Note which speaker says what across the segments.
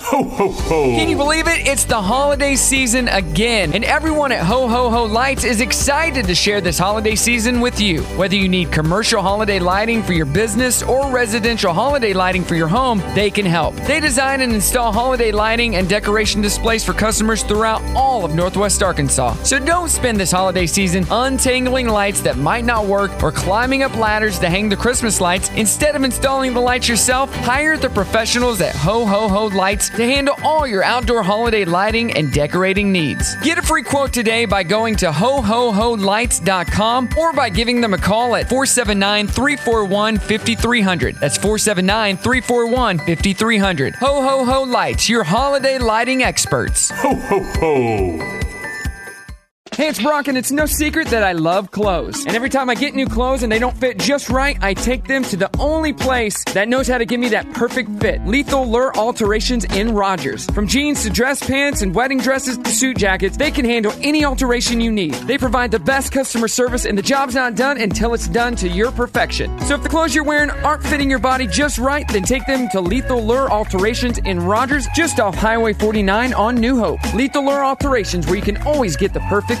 Speaker 1: Ho, ho, ho.
Speaker 2: Can you believe it? It's the holiday season again, and everyone at Ho Ho Ho Lights is excited to share this holiday season with you. Whether you need commercial holiday lighting for your business or residential holiday lighting for your home, they can help. They design and install holiday lighting and decoration displays for customers throughout all of Northwest Arkansas. So don't spend this holiday season untangling lights that might not work or climbing up ladders to hang the Christmas lights. Instead of installing the lights yourself, hire the professionals at Ho Ho Ho Lights to handle all your outdoor holiday lighting and decorating needs. Get a free quote today by going to hohoholights.com or by giving them a call at 479 341 5300. That's 479 341 5300. Ho Ho Ho Lights, your holiday lighting experts.
Speaker 1: Ho, ho, ho.
Speaker 2: Hey, it's Brock, and it's no secret that I love clothes. And every time I get new clothes and they don't fit just right, I take them to the only place that knows how to give me that perfect fit Lethal Lure Alterations in Rogers. From jeans to dress pants and wedding dresses to suit jackets, they can handle any alteration you need. They provide the best customer service, and the job's not done until it's done to your perfection. So if the clothes you're wearing aren't fitting your body just right, then take them to Lethal Lure Alterations in Rogers, just off Highway 49 on New Hope. Lethal Lure Alterations, where you can always get the perfect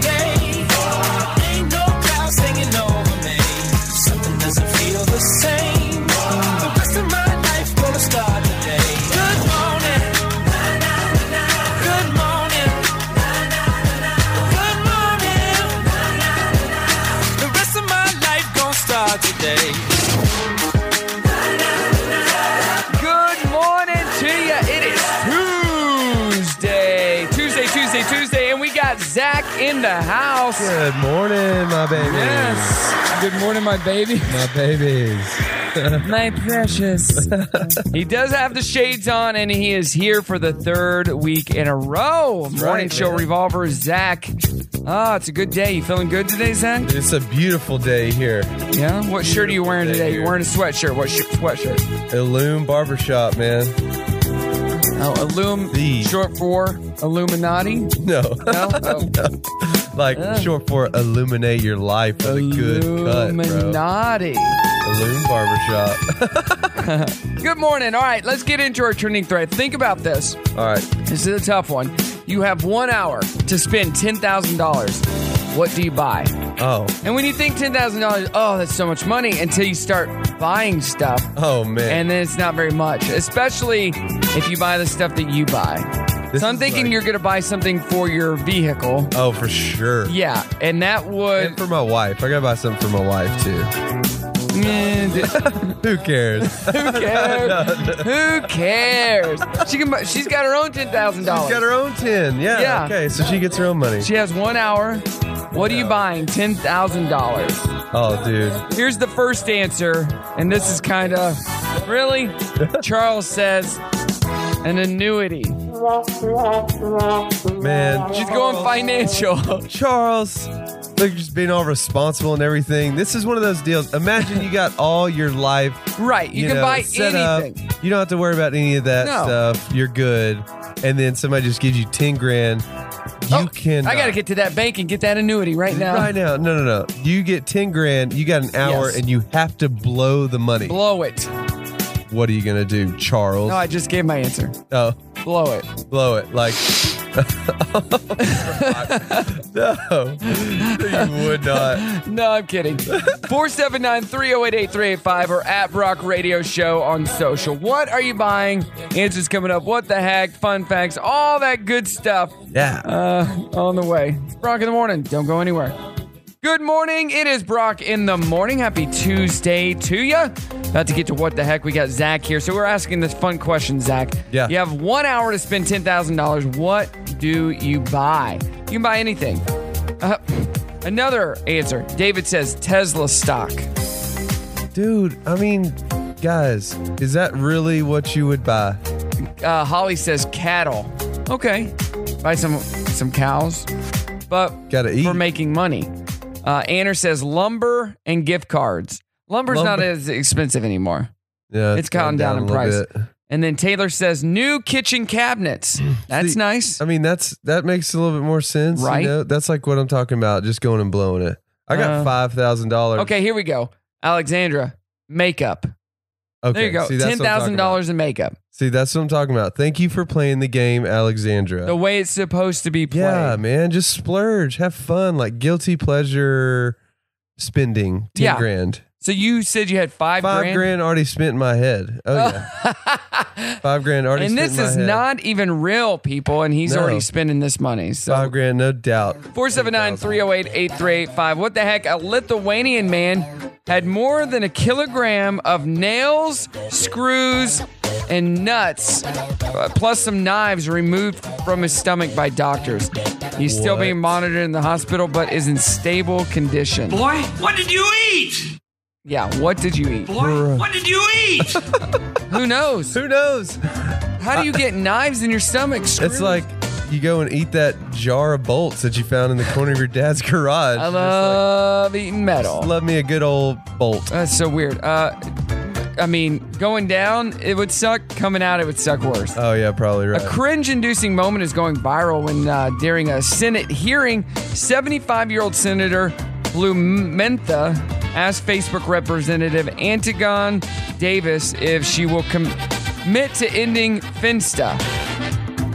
Speaker 3: day. Ain't no clouds hanging over me. Something doesn't feel the same. The rest of my life gonna start today. Good morning. Good morning. Good morning. The rest of my life gonna start today.
Speaker 2: Good morning to you. It is Tuesday. Tuesday, Tuesday, Tuesday, and we got Zach in the house.
Speaker 4: Good morning, my babies.
Speaker 2: Yes. Good morning, my baby.
Speaker 4: My babies.
Speaker 2: My precious. he does have the shades on, and he is here for the third week in a row. Morning
Speaker 4: right,
Speaker 2: show
Speaker 4: man.
Speaker 2: revolver, Zach. Ah, it's a good day. You feeling good today, Zach?
Speaker 4: It's a beautiful day here.
Speaker 2: Yeah. What shirt are you wearing
Speaker 4: day
Speaker 2: today?
Speaker 4: here.
Speaker 2: You're wearing a sweatshirt. What sh- sweatshirt?
Speaker 4: Illume Barbershop, man.
Speaker 2: Oh, Illum.
Speaker 4: The-
Speaker 2: Short for Illuminati.
Speaker 4: No,
Speaker 2: No? Oh.
Speaker 4: like short for illuminate your life with a good cut, bro.
Speaker 2: Illuminati.
Speaker 4: Illume Barbershop.
Speaker 2: Good morning. All right, let's get into our trending thread. Think about this.
Speaker 4: All right,
Speaker 2: This is a tough one. You have one hour to spend $10,000. What do you buy?
Speaker 4: Oh,
Speaker 2: And when you think $10,000, oh, that's so much money until you start buying stuff,
Speaker 4: oh man.
Speaker 2: and then it's not very much, especially if you buy the stuff that you buy.
Speaker 4: This
Speaker 2: So I'm
Speaker 4: is
Speaker 2: thinking
Speaker 4: like-
Speaker 2: you're going to buy something for your vehicle.
Speaker 4: Oh, for sure.
Speaker 2: Yeah, and that would.
Speaker 4: And for my wife, I gotta buy something for my wife too.
Speaker 2: Mm,
Speaker 4: Who cares?
Speaker 2: who cares? Who cares? She can. buy- She's got her own ten thousand dollars.
Speaker 4: Got her own ten. Yeah.
Speaker 2: Yeah.
Speaker 4: Okay, so she gets her own money.
Speaker 2: She has one hour. What are you buying? Ten thousand dollars.
Speaker 4: Oh, dude.
Speaker 2: Here's the first answer, and this is kind of really. Charles says an annuity.
Speaker 4: Man,
Speaker 2: She's going financial.
Speaker 4: Charles, like just being all responsible and everything. This is one of those deals. Imagine you got all your life.
Speaker 2: right. You, can
Speaker 4: know,
Speaker 2: buy
Speaker 4: set up.
Speaker 2: anything.
Speaker 4: You don't have to worry about any of that
Speaker 2: No.
Speaker 4: stuff. You're good. And then somebody just gives you ten grand. You
Speaker 2: Oh,
Speaker 4: can. uh,
Speaker 2: I gotta get to that bank and get that annuity right now.
Speaker 4: right now. No, no, no. You get ten grand. You got an hour,
Speaker 2: Yes.
Speaker 4: and you have to blow the money.
Speaker 2: Blow it.
Speaker 4: what are you gonna do, Charles?
Speaker 2: No, I just gave my answer.
Speaker 4: oh,
Speaker 2: Blow it.
Speaker 4: blow it like. no, you would not.
Speaker 2: No, I'm kidding. 479 308 8385 oh or at Brock Radio Show on social. What are you buying? Answers coming up. What the heck? Fun facts. All that good stuff
Speaker 4: Yeah.
Speaker 2: uh, on the way. It's Brock in the morning. Don't go anywhere. Good morning. It is Brock in the morning. Happy Tuesday to you. About to get to what the heck. We got Zach here. So we're asking this fun question, Zach.
Speaker 4: Yeah.
Speaker 2: You have one hour to spend $10,000. What do you buy? You can buy anything. Uh, another answer. David says Tesla stock.
Speaker 4: Dude, I mean, guys, is that really what you would buy?
Speaker 2: Uh, Holly says cattle. Okay. Buy some some cows. But
Speaker 4: Gotta eat.
Speaker 2: for making money. Uh, Anner says lumber and gift cards. Lumber's not
Speaker 4: Lumber.
Speaker 2: as expensive anymore.
Speaker 4: Yeah,
Speaker 2: It's gone down in
Speaker 4: a little
Speaker 2: price. And then Taylor says, new kitchen cabinets. That's
Speaker 4: Hmm. See,
Speaker 2: nice.
Speaker 4: I mean, that's that makes a little bit more sense, you
Speaker 2: Right?
Speaker 4: know? That's like what I'm talking about, just going and blowing it. I got
Speaker 2: Uh,
Speaker 4: five thousand dollars.
Speaker 2: Okay, here we go. Alexandra, makeup.
Speaker 4: okay,
Speaker 2: There you go.
Speaker 4: See, that's what I'm talking about.
Speaker 2: $10,000 in makeup.
Speaker 4: See, that's what I'm talking about. Thank you for playing the game, Alexandra.
Speaker 2: The way it's supposed to be played.
Speaker 4: yeah, man, just splurge, have fun, like guilty pleasure spending. Ten
Speaker 2: Yeah.
Speaker 4: grand,
Speaker 2: So you said you had five,
Speaker 4: five grand? already spent in my head. Oh yeah, five grand already.
Speaker 2: and
Speaker 4: spent
Speaker 2: this
Speaker 4: in my
Speaker 2: is
Speaker 4: head.
Speaker 2: not even real, people, and he's
Speaker 4: No.
Speaker 2: already spending this money.
Speaker 4: five
Speaker 2: So
Speaker 4: grand, no doubt.
Speaker 2: 479 308 8385. What the heck? A Lithuanian man had more than a kilogram of nails, screws, and nuts, uh, plus some knives removed from his stomach by doctors. He's still
Speaker 4: What?
Speaker 2: being monitored in the hospital, but is in stable condition.
Speaker 5: Boy, what did you eat?
Speaker 2: Yeah, what did you eat?
Speaker 5: Boy, what did you eat?
Speaker 2: Who knows?
Speaker 4: Who knows?
Speaker 2: How do you get knives in your stomach? Screws?
Speaker 4: It's like you go and eat that jar of bolts that you found in the corner of your dad's garage.
Speaker 2: I love eating metal.
Speaker 4: Just love me a good old bolt.
Speaker 2: That's so weird. Uh, I mean, going down, it would suck. Coming out, it would suck worse.
Speaker 4: Oh yeah, probably
Speaker 2: A
Speaker 4: right.
Speaker 2: cringe-inducing moment is going viral when, uh, during a Senate hearing, 75-year-old Senator Lou Mentha asked Facebook Representative Antigon Davis if she will com- commit to ending Finsta.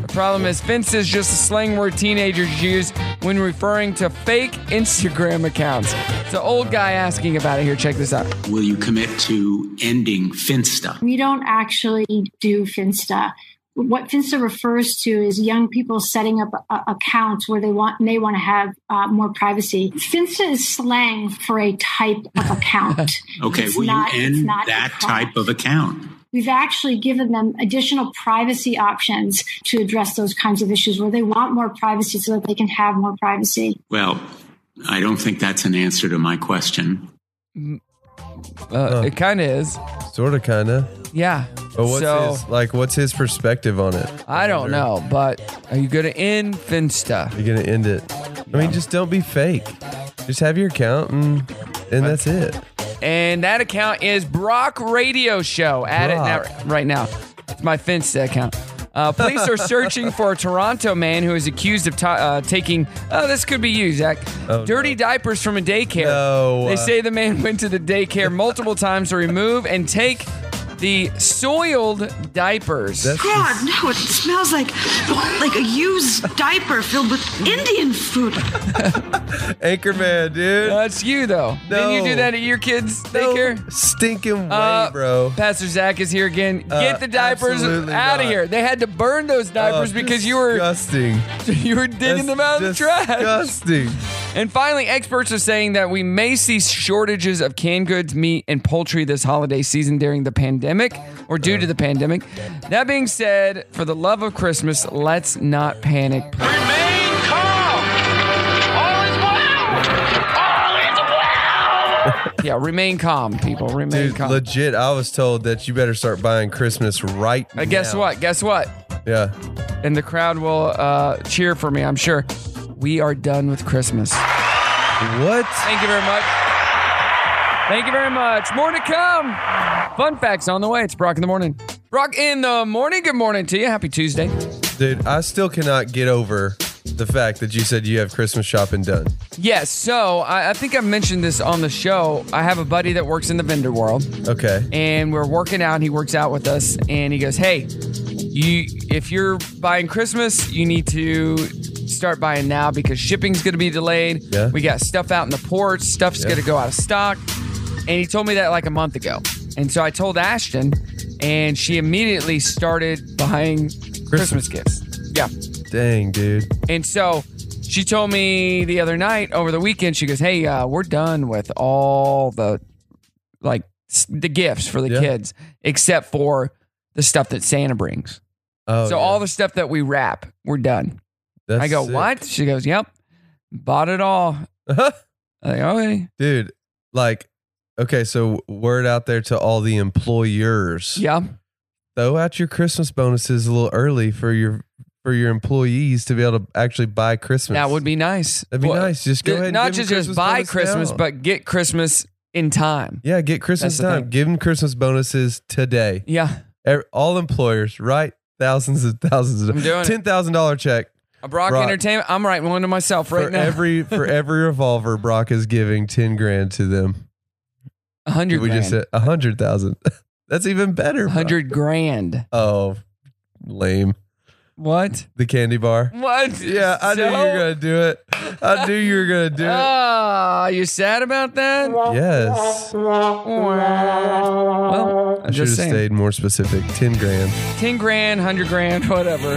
Speaker 2: The problem is, Finsta is just a slang word teenagers use when referring to fake Instagram accounts. It's an old guy asking about it. Here, check this out.
Speaker 6: Will you commit to ending Finsta?
Speaker 7: We don't actually do Finsta. What Finsta refers to is young people setting up uh, accounts where they want may want to have uh, more privacy. Finsta is slang for a type of account.
Speaker 6: Okay,
Speaker 7: It's
Speaker 6: will
Speaker 7: not-
Speaker 6: you
Speaker 7: it's
Speaker 6: end
Speaker 7: not a
Speaker 6: that
Speaker 7: crime.
Speaker 6: type of account?
Speaker 7: We've actually given them additional privacy options to address those kinds of issues where they want more privacy so that they can have more privacy.
Speaker 6: Well, I don't think that's an answer to my question.
Speaker 2: Uh, It kind of is.
Speaker 4: sort of, kind of.
Speaker 2: Yeah.
Speaker 4: But Oh, what's
Speaker 2: so
Speaker 4: his like? What's his perspective on it?
Speaker 2: I don't know, but are you gonna end Finsta?
Speaker 4: You're gonna end it. I mean, just don't be fake. Just have your account and and that's it.
Speaker 2: And that account is Brock Radio Show. Add it
Speaker 4: Brock.
Speaker 2: now, right now. It's my Finsta account. Uh, police are searching for a Toronto man who is accused of ta uh, taking. Oh, this could be you, Zach. dirty diapers from a daycare.
Speaker 4: Oh, No. uh,
Speaker 2: They say the man went to the daycare multiple times to remove and take the soiled diapers.
Speaker 4: That's
Speaker 8: God, no, it smells like like a used diaper filled with Indian food.
Speaker 4: Anchorman, dude.
Speaker 2: That's you, though. Didn't you do
Speaker 4: No.
Speaker 2: that at your kids'
Speaker 4: No
Speaker 2: daycare?
Speaker 4: Stinking way,
Speaker 2: Uh,
Speaker 4: bro.
Speaker 2: Pastor Zach is here again. Get
Speaker 4: Uh,
Speaker 2: the diapers
Speaker 4: absolutely
Speaker 2: out of
Speaker 4: not.
Speaker 2: here. They had to burn those diapers
Speaker 4: Oh,
Speaker 2: because you were
Speaker 4: disgusting.
Speaker 2: you were digging them out of the
Speaker 4: That's
Speaker 2: trash.
Speaker 4: Disgusting.
Speaker 2: And finally, experts are saying that we may see shortages of canned goods, meat, and poultry this holiday season during the pandemic or due to the pandemic. That being said, for the love of Christmas, let's not panic.
Speaker 5: Remain calm. All is well. All is well.
Speaker 2: Yeah, remain calm, people. Remain
Speaker 4: Dude,
Speaker 2: calm.
Speaker 4: legit, I was told that you better start buying Christmas right now.
Speaker 2: Uh, guess what? Guess what?
Speaker 4: Yeah.
Speaker 2: And the crowd will uh, cheer for me, I'm sure. We are done with Christmas.
Speaker 4: What?
Speaker 2: Thank you very much. Thank you very much. More to come. Fun facts on the way. It's Brock in the morning. Brock in the morning. Good morning to you. Happy Tuesday.
Speaker 4: Dude, I still cannot get over the fact that you said you have Christmas shopping done.
Speaker 2: Yes. So I, I think I mentioned this on the show. I have a buddy that works in the vendor world,
Speaker 4: Okay.
Speaker 2: and we're working out. And he works out with us, and he goes, "Hey, you, if you're buying Christmas, you need to." Start buying now because shipping's going to be delayed.
Speaker 4: Yeah.
Speaker 2: We got stuff out in the ports. Stuff's
Speaker 4: Yeah.
Speaker 2: going to go out of stock. And he told me that like a month ago. And so I told Ashton, and she immediately started buying Christmas, gifts. Yeah.
Speaker 4: Dang, dude.
Speaker 2: And so she told me the other night over the weekend, she goes, Hey, uh, we're done with all the like s- the gifts for the
Speaker 4: Yeah.
Speaker 2: kids, except for the stuff that Santa brings.
Speaker 4: Oh,
Speaker 2: so
Speaker 4: yeah.
Speaker 2: all the stuff that we wrap, we're done.
Speaker 4: That's
Speaker 2: I go,
Speaker 4: sick.
Speaker 2: What? She goes, Yep. Bought it all. I like, okay.
Speaker 4: dude, like, okay, so word out there to all the employers.
Speaker 2: Yeah.
Speaker 4: Throw out your Christmas bonuses a little early for your for your employees to be able to actually buy Christmas.
Speaker 2: That would be nice.
Speaker 4: That'd be
Speaker 2: Well,
Speaker 4: nice. Just go
Speaker 2: Th-
Speaker 4: ahead and
Speaker 2: not
Speaker 4: give 'em
Speaker 2: just,
Speaker 4: Christmas
Speaker 2: just buy
Speaker 4: bonus
Speaker 2: Christmas,
Speaker 4: now.
Speaker 2: but get Christmas in time.
Speaker 4: Yeah, get Christmas
Speaker 2: That's the
Speaker 4: time.
Speaker 2: thing.
Speaker 4: Give them Christmas bonuses today.
Speaker 2: Yeah.
Speaker 4: Ev- All employers, right? Thousands and thousands of
Speaker 2: I'm doing it.
Speaker 4: ten thousand dollar check
Speaker 2: A Brock,
Speaker 4: Brock.
Speaker 2: Entertainment. I'm writing one to myself right
Speaker 4: for
Speaker 2: now.
Speaker 4: every for every revolver. Brock is giving ten grand to them.
Speaker 2: A hundred
Speaker 4: We
Speaker 2: grand.
Speaker 4: just said a hundred thousand. That's even better.
Speaker 2: A
Speaker 4: Brock.
Speaker 2: hundred grand.
Speaker 4: Oh, lame.
Speaker 2: What?
Speaker 4: The candy bar.
Speaker 2: What?
Speaker 4: Yeah, I knew you were gonna do it. I knew you were gonna do it.
Speaker 2: Ah, you're sad about that?
Speaker 4: Yes.
Speaker 2: Well,
Speaker 4: I
Speaker 2: I'm
Speaker 4: should have
Speaker 2: just saying.
Speaker 4: stayed more specific. Ten grand.
Speaker 2: 10 grand, 100 grand, whatever.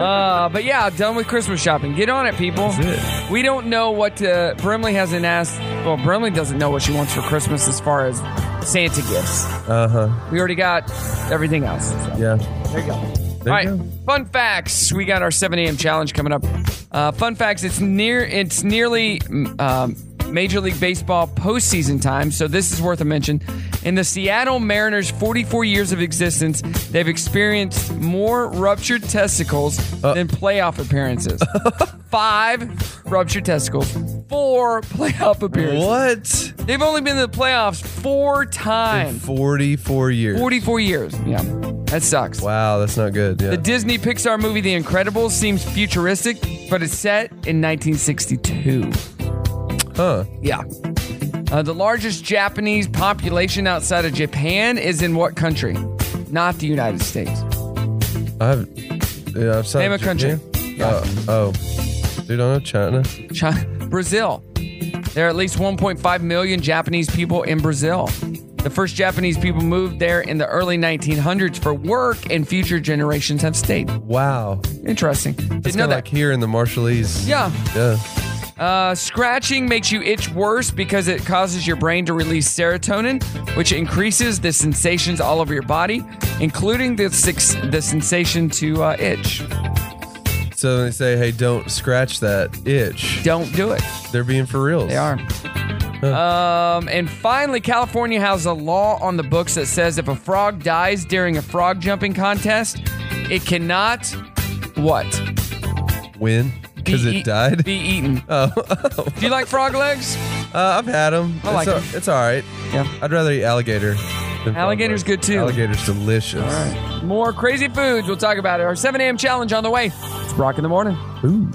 Speaker 2: uh, but yeah, done with Christmas shopping. Get on it, people.
Speaker 4: That's
Speaker 2: We don't know what to. Brimley hasn't asked. Well, Brimley doesn't know what she wants for Christmas as far as Santa gifts.
Speaker 4: it. Uh huh.
Speaker 2: We already got everything else. so.
Speaker 4: Yeah. There you go.
Speaker 2: All right, fun facts. We got our 7 a.m. challenge coming up. Uh, fun facts. It's near. It's nearly mm, um, Major League Baseball postseason time, so this is worth a mention. In the Seattle Mariners' 44 years of existence, they've experienced more ruptured testicles
Speaker 4: Uh.
Speaker 2: than playoff appearances. Five ruptured testicles. Four playoff appearances.
Speaker 4: What?
Speaker 2: They've only been to the playoffs four
Speaker 4: In
Speaker 2: times.
Speaker 4: 44 years.
Speaker 2: 44 years. Yeah, that sucks.
Speaker 4: Wow, that's not good. Yeah.
Speaker 2: The Disney Pixar movie The Incredibles seems futuristic, but it's set in 1962.
Speaker 4: huh.
Speaker 2: Yeah. Uh, the largest Japanese population outside of Japan is in what country? Not the United States.
Speaker 4: I've, yeah, I've signed
Speaker 2: Name a country.
Speaker 4: Oh, oh. Dude, I know China.
Speaker 2: Chi- Brazil. There are at least 1.5 million Japanese people in Brazil. The first Japanese people moved there in the early 1900s for work, and future generations have stayed.
Speaker 4: Wow.
Speaker 2: Interesting. Didn't
Speaker 4: It's
Speaker 2: know
Speaker 4: kind of
Speaker 2: that.
Speaker 4: like here in the Marshallese.
Speaker 2: Yeah.
Speaker 4: Yeah.
Speaker 2: Uh, scratching makes you itch worse because it causes your brain to release serotonin, which increases the sensations all over your body, including the six, the sensation to uh, itch.
Speaker 4: So they say, hey, don't scratch that itch.
Speaker 2: Don't do it.
Speaker 4: They're being for real.
Speaker 2: They are. Um, and finally, California has a law on the books that says if a frog dies during a frog jumping contest, it cannot what
Speaker 4: When? Because
Speaker 2: Be
Speaker 4: it
Speaker 2: eat-
Speaker 4: died?
Speaker 2: Be eaten.
Speaker 4: oh.
Speaker 2: Do you like frog legs?
Speaker 4: Uh, I've had them.
Speaker 2: I like
Speaker 4: it's,
Speaker 2: 'em.
Speaker 4: It's all right.
Speaker 2: Yeah.
Speaker 4: I'd rather eat alligator. than
Speaker 2: Alligator's
Speaker 4: frog legs.
Speaker 2: good, too.
Speaker 4: Alligator's delicious.
Speaker 2: All right. More crazy foods. We'll talk about it. Our 7 a.m. challenge on the way. It's Brock in the morning.
Speaker 4: Ooh.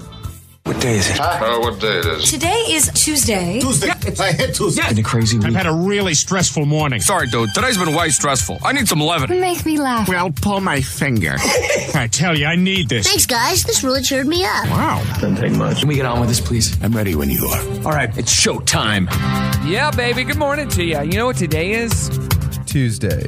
Speaker 9: Oh, what day it is?
Speaker 10: Today is Tuesday.
Speaker 11: Tuesday. It's a hit Tuesday. Yeah. Been a crazy week. I've had a really stressful morning.
Speaker 3: Sorry, dude. Today's been way stressful. I need some leaven.
Speaker 10: Make me laugh.
Speaker 11: Well, pull my finger. I tell you, I need this.
Speaker 10: Thanks, guys. This really cheered me up.
Speaker 11: Wow.
Speaker 3: Can we get on with this, please? I'm ready when you are. All right, it's showtime.
Speaker 2: Yeah, baby. Good morning to you. You know what today is?
Speaker 4: Tuesday.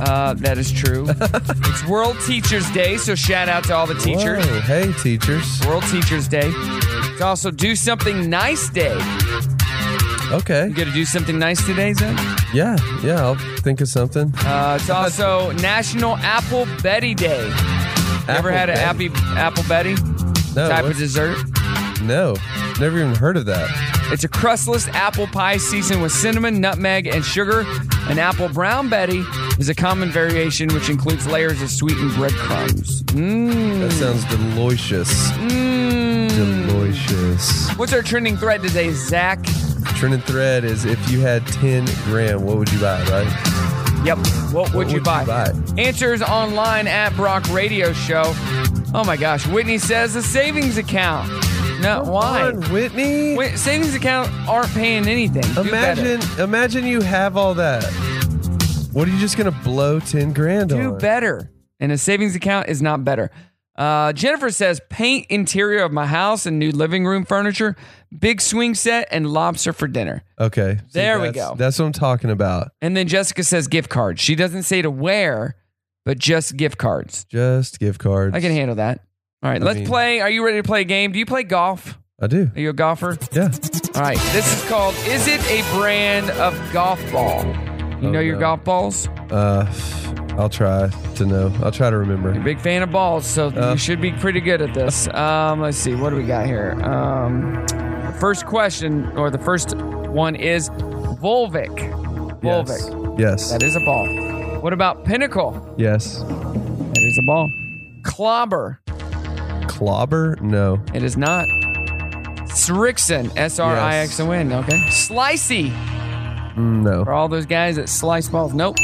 Speaker 2: Uh, that is true. it's World Teachers Day, so shout out to all the teachers.
Speaker 4: Whoa. Hey, teachers.
Speaker 2: World Teachers Day. It's also Do Something Nice Day.
Speaker 4: Okay.
Speaker 2: You gonna do something nice today, Zen?
Speaker 4: Yeah. Yeah. I'll think of something.
Speaker 2: Uh, it's also National Apple Betty Day. You ever
Speaker 4: Apple
Speaker 2: had an
Speaker 4: Betty?
Speaker 2: appy, apple Betty
Speaker 4: No,
Speaker 2: type of
Speaker 4: what's-
Speaker 2: dessert?
Speaker 4: No, never even heard of that.
Speaker 2: It's a crustless apple pie seasoned with cinnamon, nutmeg, and sugar. An apple brown Betty is a common variation which includes layers of sweetened breadcrumbs.
Speaker 4: That
Speaker 2: Hmm.
Speaker 4: sounds delicious. Delicious.
Speaker 2: What's our trending thread today, Zach?
Speaker 4: Trending thread is if you had 10 grand, what would you buy, right?
Speaker 2: Yep. What, would, you,
Speaker 4: would you
Speaker 2: buy?
Speaker 4: buy?
Speaker 2: Answers online at Brock Radio Show. Oh my gosh. Whitney says a savings account. No, Oh, why?
Speaker 4: Come on, Whitney.
Speaker 2: Wait, savings account aren't paying anything. Do better.
Speaker 4: imagine imagine you have all that. What are you just gonna blow 10 grand
Speaker 2: do
Speaker 4: on?
Speaker 2: better. And a savings account is not better. Uh, Jennifer says paint interior of my house and new living room furniture, big swing set, and lobster for dinner.
Speaker 4: Okay. see,
Speaker 2: There we
Speaker 4: that's-
Speaker 2: go.
Speaker 4: That's what I'm talking about.
Speaker 2: And then Jessica says gift cards. She doesn't say to where, but just gift cards.
Speaker 4: Just gift cards.
Speaker 2: I can handle that. All right,
Speaker 4: I
Speaker 2: let's
Speaker 4: mean-
Speaker 2: play. Are you ready to play a game? Do you play golf?
Speaker 4: I do.
Speaker 2: Are you a golfer?
Speaker 4: Yeah.
Speaker 2: All right, this is called Is It a Brand of Golf Ball? You
Speaker 4: Oh,
Speaker 2: know your
Speaker 4: no.
Speaker 2: golf balls?
Speaker 4: Uh, I'll try to know. I'll try to
Speaker 2: You're a
Speaker 4: remember.
Speaker 2: big fan of balls, so
Speaker 4: Uh.
Speaker 2: you should be pretty good at this. Um, let's see, what do we got here? Um, the first question, or the first one is Volvic. Volvic.
Speaker 4: Yes.
Speaker 2: That is a ball. What about Pinnacle?
Speaker 4: Yes.
Speaker 2: That is a ball. Clobber.
Speaker 4: Clobber? No.
Speaker 2: It is not. Srixon. S R I X O N. Okay. Slicey.
Speaker 4: Mm, No.
Speaker 2: For all those guys that slice balls. Nope.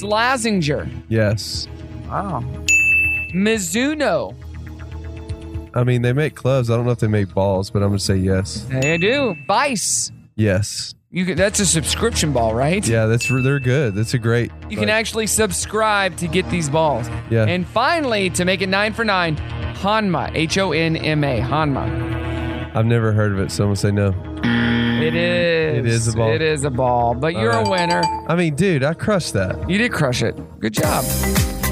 Speaker 2: Slazinger.
Speaker 4: Yes.
Speaker 2: Wow. Mizuno.
Speaker 4: I mean, they make clubs. I don't know if they make balls, but I'm going to say yes.
Speaker 2: They do. Vice.
Speaker 4: Yes.
Speaker 2: You can, that's a subscription ball, right?
Speaker 4: Yeah, that's they're good. That's a great.
Speaker 2: You can actually subscribe to get these balls.
Speaker 4: Yeah.
Speaker 2: And finally, to make it nine for nine, Hanma. H O N M A. Hanma.
Speaker 4: I've never heard of it. Someone say no.
Speaker 2: It is.
Speaker 4: It is a ball.
Speaker 2: It is a ball. But you're
Speaker 4: All
Speaker 2: a
Speaker 4: right.
Speaker 2: winner.
Speaker 4: I mean, dude, I crushed that.
Speaker 2: You did crush it. Good job.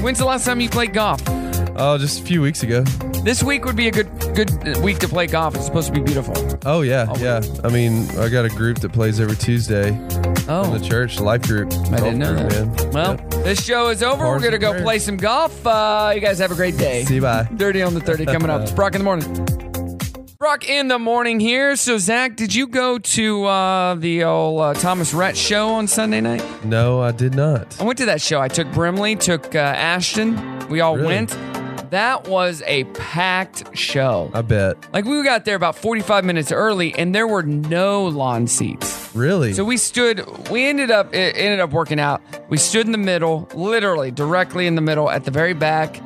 Speaker 2: When's the last time you played golf?
Speaker 4: Oh, just a few weeks ago.
Speaker 2: This week would be a good good week to play golf. It's supposed to be beautiful.
Speaker 4: Oh yeah, yeah. I mean, I got a group that plays every Tuesday.
Speaker 2: Oh.
Speaker 4: From the church life group. I
Speaker 2: didn't know that.
Speaker 4: Man.
Speaker 2: Well, this show is over.
Speaker 4: Bars
Speaker 2: We're gonna
Speaker 4: and
Speaker 2: go
Speaker 4: prayers.
Speaker 2: play some golf. Uh, you guys have a great day.
Speaker 4: See you bye.
Speaker 2: Dirty on the thirty coming up. It's Brock in the morning. Brock in the morning here. So Zach, did you go to uh, the old uh, Thomas Rhett show on Sunday night?
Speaker 4: No, I did not.
Speaker 2: I went to that show. I took Brimley, took uh, Ashton. We all
Speaker 4: Really?
Speaker 2: went. That was a packed show.
Speaker 4: I bet.
Speaker 2: Like we got there about 45 minutes early, and there were no lawn seats.
Speaker 4: Really?
Speaker 2: So we stood. We ended up it ended up working out. We stood in the middle, literally directly in the middle, at the very back,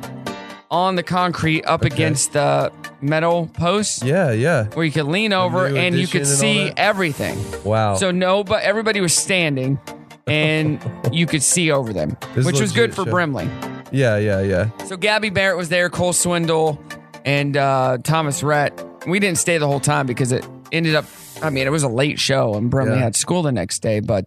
Speaker 2: on the concrete, up against the metal posts,
Speaker 4: yeah, yeah.
Speaker 2: where you could lean over
Speaker 4: new
Speaker 2: and you could
Speaker 4: addition and all
Speaker 2: see
Speaker 4: that?
Speaker 2: everything.
Speaker 4: Wow.
Speaker 2: So no, but everybody was standing, and you could see over them,
Speaker 4: This is
Speaker 2: which was good
Speaker 4: legit
Speaker 2: for
Speaker 4: show.
Speaker 2: Brimley.
Speaker 4: yeah, yeah, yeah.
Speaker 2: So Gabby Barrett was there, Cole Swindle, and uh, Thomas Rhett. We didn't stay the whole time because it ended up. I mean, it was a late show, and Brimley
Speaker 4: Yeah.
Speaker 2: had school the next day, but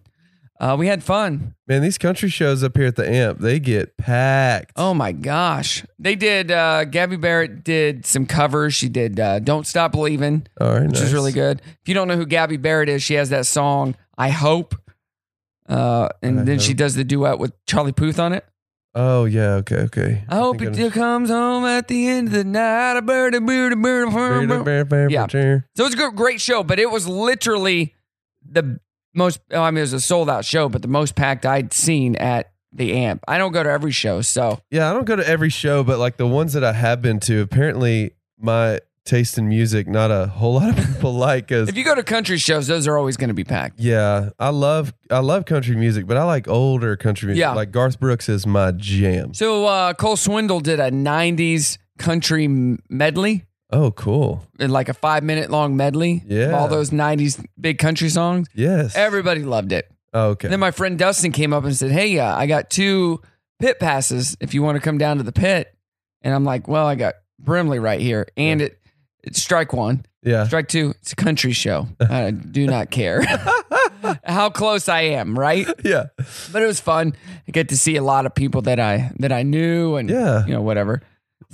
Speaker 2: uh, we had fun.
Speaker 4: Man, these country shows up here at the amp, they get packed.
Speaker 2: Oh my gosh, they did. Uh, Gabby Barrett did some covers. She did uh, "Don't Stop Believing,"
Speaker 4: All right,
Speaker 2: which
Speaker 4: nice.
Speaker 2: is really good. If you don't know who Gabby Barrett is, she has that song "I Hope," uh, and
Speaker 4: I
Speaker 2: then she
Speaker 4: Hope.
Speaker 2: does the duet with Charlie Puth on it.
Speaker 4: Oh yeah, okay, okay.
Speaker 2: I hope
Speaker 4: think
Speaker 2: it
Speaker 4: I'm-
Speaker 2: still comes home at the end of the night. A bird, a bird, a bird, a bird, a bird. Yeah. So it was a good- great show, but it was literally the most. oh, I mean, it was a sold out show, but the most packed I'd seen at the amp. I don't go to every show, so
Speaker 4: Yeah, I don't go to every show, but like the ones that I have been to, apparently my taste in music, not a whole lot of people like us.
Speaker 2: if you go to country shows, those are always going to be packed.
Speaker 4: Yeah, I love I love country music, but I like older country music.
Speaker 2: Yeah.
Speaker 4: like Garth Brooks is my jam.
Speaker 2: So uh, Cole Swindle did a '90s country m- medley,
Speaker 4: Oh, cool.
Speaker 2: and like a five minute long medley of
Speaker 4: Yeah.
Speaker 2: all those '90s big country songs.
Speaker 4: Yes.
Speaker 2: Everybody loved it.
Speaker 4: oh, okay.
Speaker 2: And then my friend Dustin came up and said, "Hey, uh, I got two pit passes. If you want to come down to the pit," and I'm like, "Well, I got Brimley right here, and it it's strike one,
Speaker 4: yeah.
Speaker 2: strike two. It's a country show. I do not care how close I am, right?
Speaker 4: Yeah.
Speaker 2: But it was fun. I get to see a lot of people that I that I knew, and
Speaker 4: Yeah.
Speaker 2: you know, whatever."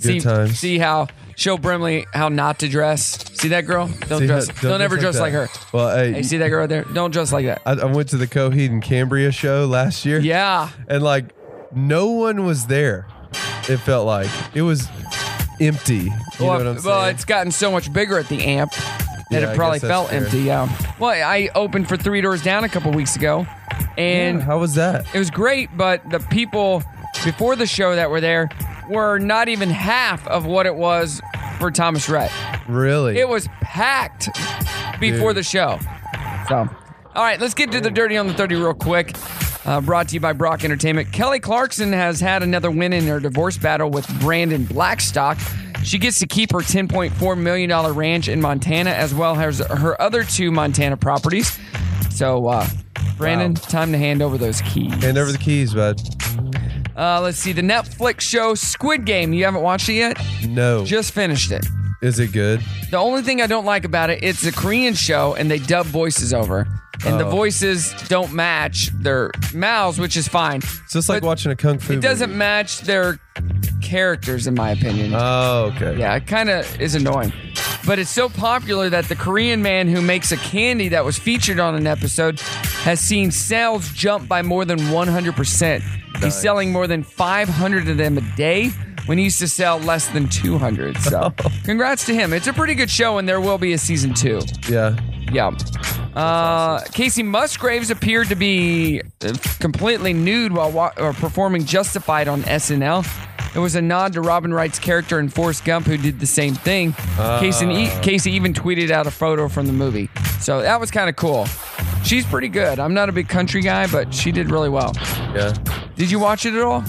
Speaker 4: Good
Speaker 2: See,
Speaker 4: times.
Speaker 2: see how show Brimley how not to dress. See that girl? Don't
Speaker 4: See how-
Speaker 2: dress. don't ever dress like,
Speaker 4: that.
Speaker 2: her.
Speaker 4: Well, hey,
Speaker 2: Hey, see that girl there? Don't dress like that.
Speaker 4: I, I went to the Coheed and Cambria show last year.
Speaker 2: Yeah.
Speaker 4: And like no one was there. It felt like it was empty. You know
Speaker 2: well,
Speaker 4: what I'm
Speaker 2: well,
Speaker 4: saying?
Speaker 2: it's gotten so much bigger at the amp that
Speaker 4: Yeah,
Speaker 2: it
Speaker 4: I
Speaker 2: probably
Speaker 4: guess that's
Speaker 2: felt
Speaker 4: fair.
Speaker 2: empty. Yeah. Well, I opened for Three Doors Down a couple weeks ago, and
Speaker 4: Yeah, how was that?
Speaker 2: it was great. But the people before the show that were there were not even half of what it was for Thomas Rhett.
Speaker 4: Really?
Speaker 2: It was packed before
Speaker 4: Dude.
Speaker 2: the show. So, all right, let's get to the dirty on the 30 real quick. Uh, brought to you by Brock Entertainment. Kelly Clarkson has had another win in her divorce battle with Brandon Blackstock. She gets to keep her $10.4 million ranch in Montana as well as her other two Montana properties. So, uh, Brandon,
Speaker 4: Wow.
Speaker 2: time to hand over those keys.
Speaker 4: Hand over the keys, bud.
Speaker 2: Uh, let's see the Netflix show Squid Game. You haven't watched it yet?
Speaker 4: No.
Speaker 2: Just finished it.
Speaker 4: is it good?
Speaker 2: The only thing I don't like about it, it's a Korean show and they dub voices over. And the
Speaker 4: Oh.
Speaker 2: voices don't match their mouths, which is fine.
Speaker 4: It's just like
Speaker 2: But
Speaker 4: watching a kung fu.
Speaker 2: It doesn't
Speaker 4: movie.
Speaker 2: match their characters, in my opinion.
Speaker 4: Oh, okay.
Speaker 2: yeah, it kind of is annoying. But it's so popular that the Korean man who makes a candy that was featured on an episode has seen sales jump by more than 100%. He's
Speaker 4: Nice.
Speaker 2: selling more than 500 of them a day when he used to sell less than 200. So, congrats to him. It's a pretty good show, and there will be a season two.
Speaker 4: Yeah.
Speaker 2: Yeah. Uh, Casey Musgraves appeared to be uh, completely nude while wa- or performing Justified on SNL. It was a nod to Robin Wright's character in Forrest Gump, who did the same thing. e, Casey, Casey even tweeted out a photo from the movie. So that was kind of cool. She's pretty good. I'm not a big country guy, but she did really well.
Speaker 4: Yeah.
Speaker 2: Did you watch it at all?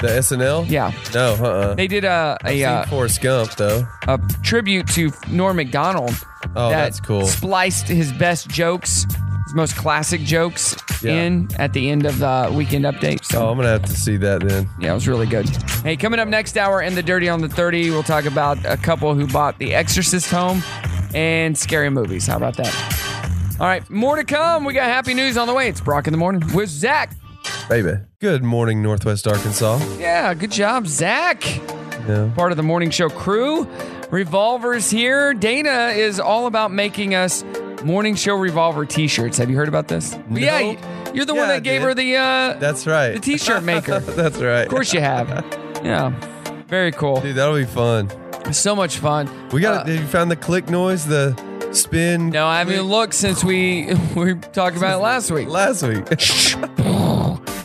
Speaker 4: The SNL?
Speaker 2: Yeah.
Speaker 4: No, uh uh
Speaker 2: They did a a, uh,
Speaker 4: Forrest Gump, though.
Speaker 2: a tribute to Norm Macdonald.
Speaker 4: Oh,
Speaker 2: that
Speaker 4: that's cool.
Speaker 2: Spliced his best jokes, his most classic jokes,
Speaker 4: Yeah.
Speaker 2: in at the end of the weekend update. So
Speaker 4: Oh, I'm going to have to see that then.
Speaker 2: Yeah, it was really good. Hey, coming up next hour in the Dirty on the 30, we'll talk about a couple who bought The Exorcist home and scary movies. How about that? All right, more to come. We got happy news on the way. It's Brock in the morning with Zach.
Speaker 4: Baby. Good morning, Northwest Arkansas.
Speaker 2: Yeah, good job, Zach.
Speaker 4: Yeah.
Speaker 2: Part of the morning show crew. Revolvers here. Dana is all about making us morning show revolver t-shirts. Have you heard about this? Yeah, you're the one
Speaker 4: Yeah, I
Speaker 2: that gave
Speaker 4: did.
Speaker 2: her the uh
Speaker 4: That's right.
Speaker 2: the t-shirt maker. of
Speaker 4: That's right. Of
Speaker 2: course you have. Yeah. Very cool.
Speaker 4: Dude, that'll be fun.
Speaker 2: So much fun. Uh,
Speaker 4: We got. did you found the click noise? The spin.
Speaker 2: No, I haven't even looked since we we talked about it last week.
Speaker 4: Last week.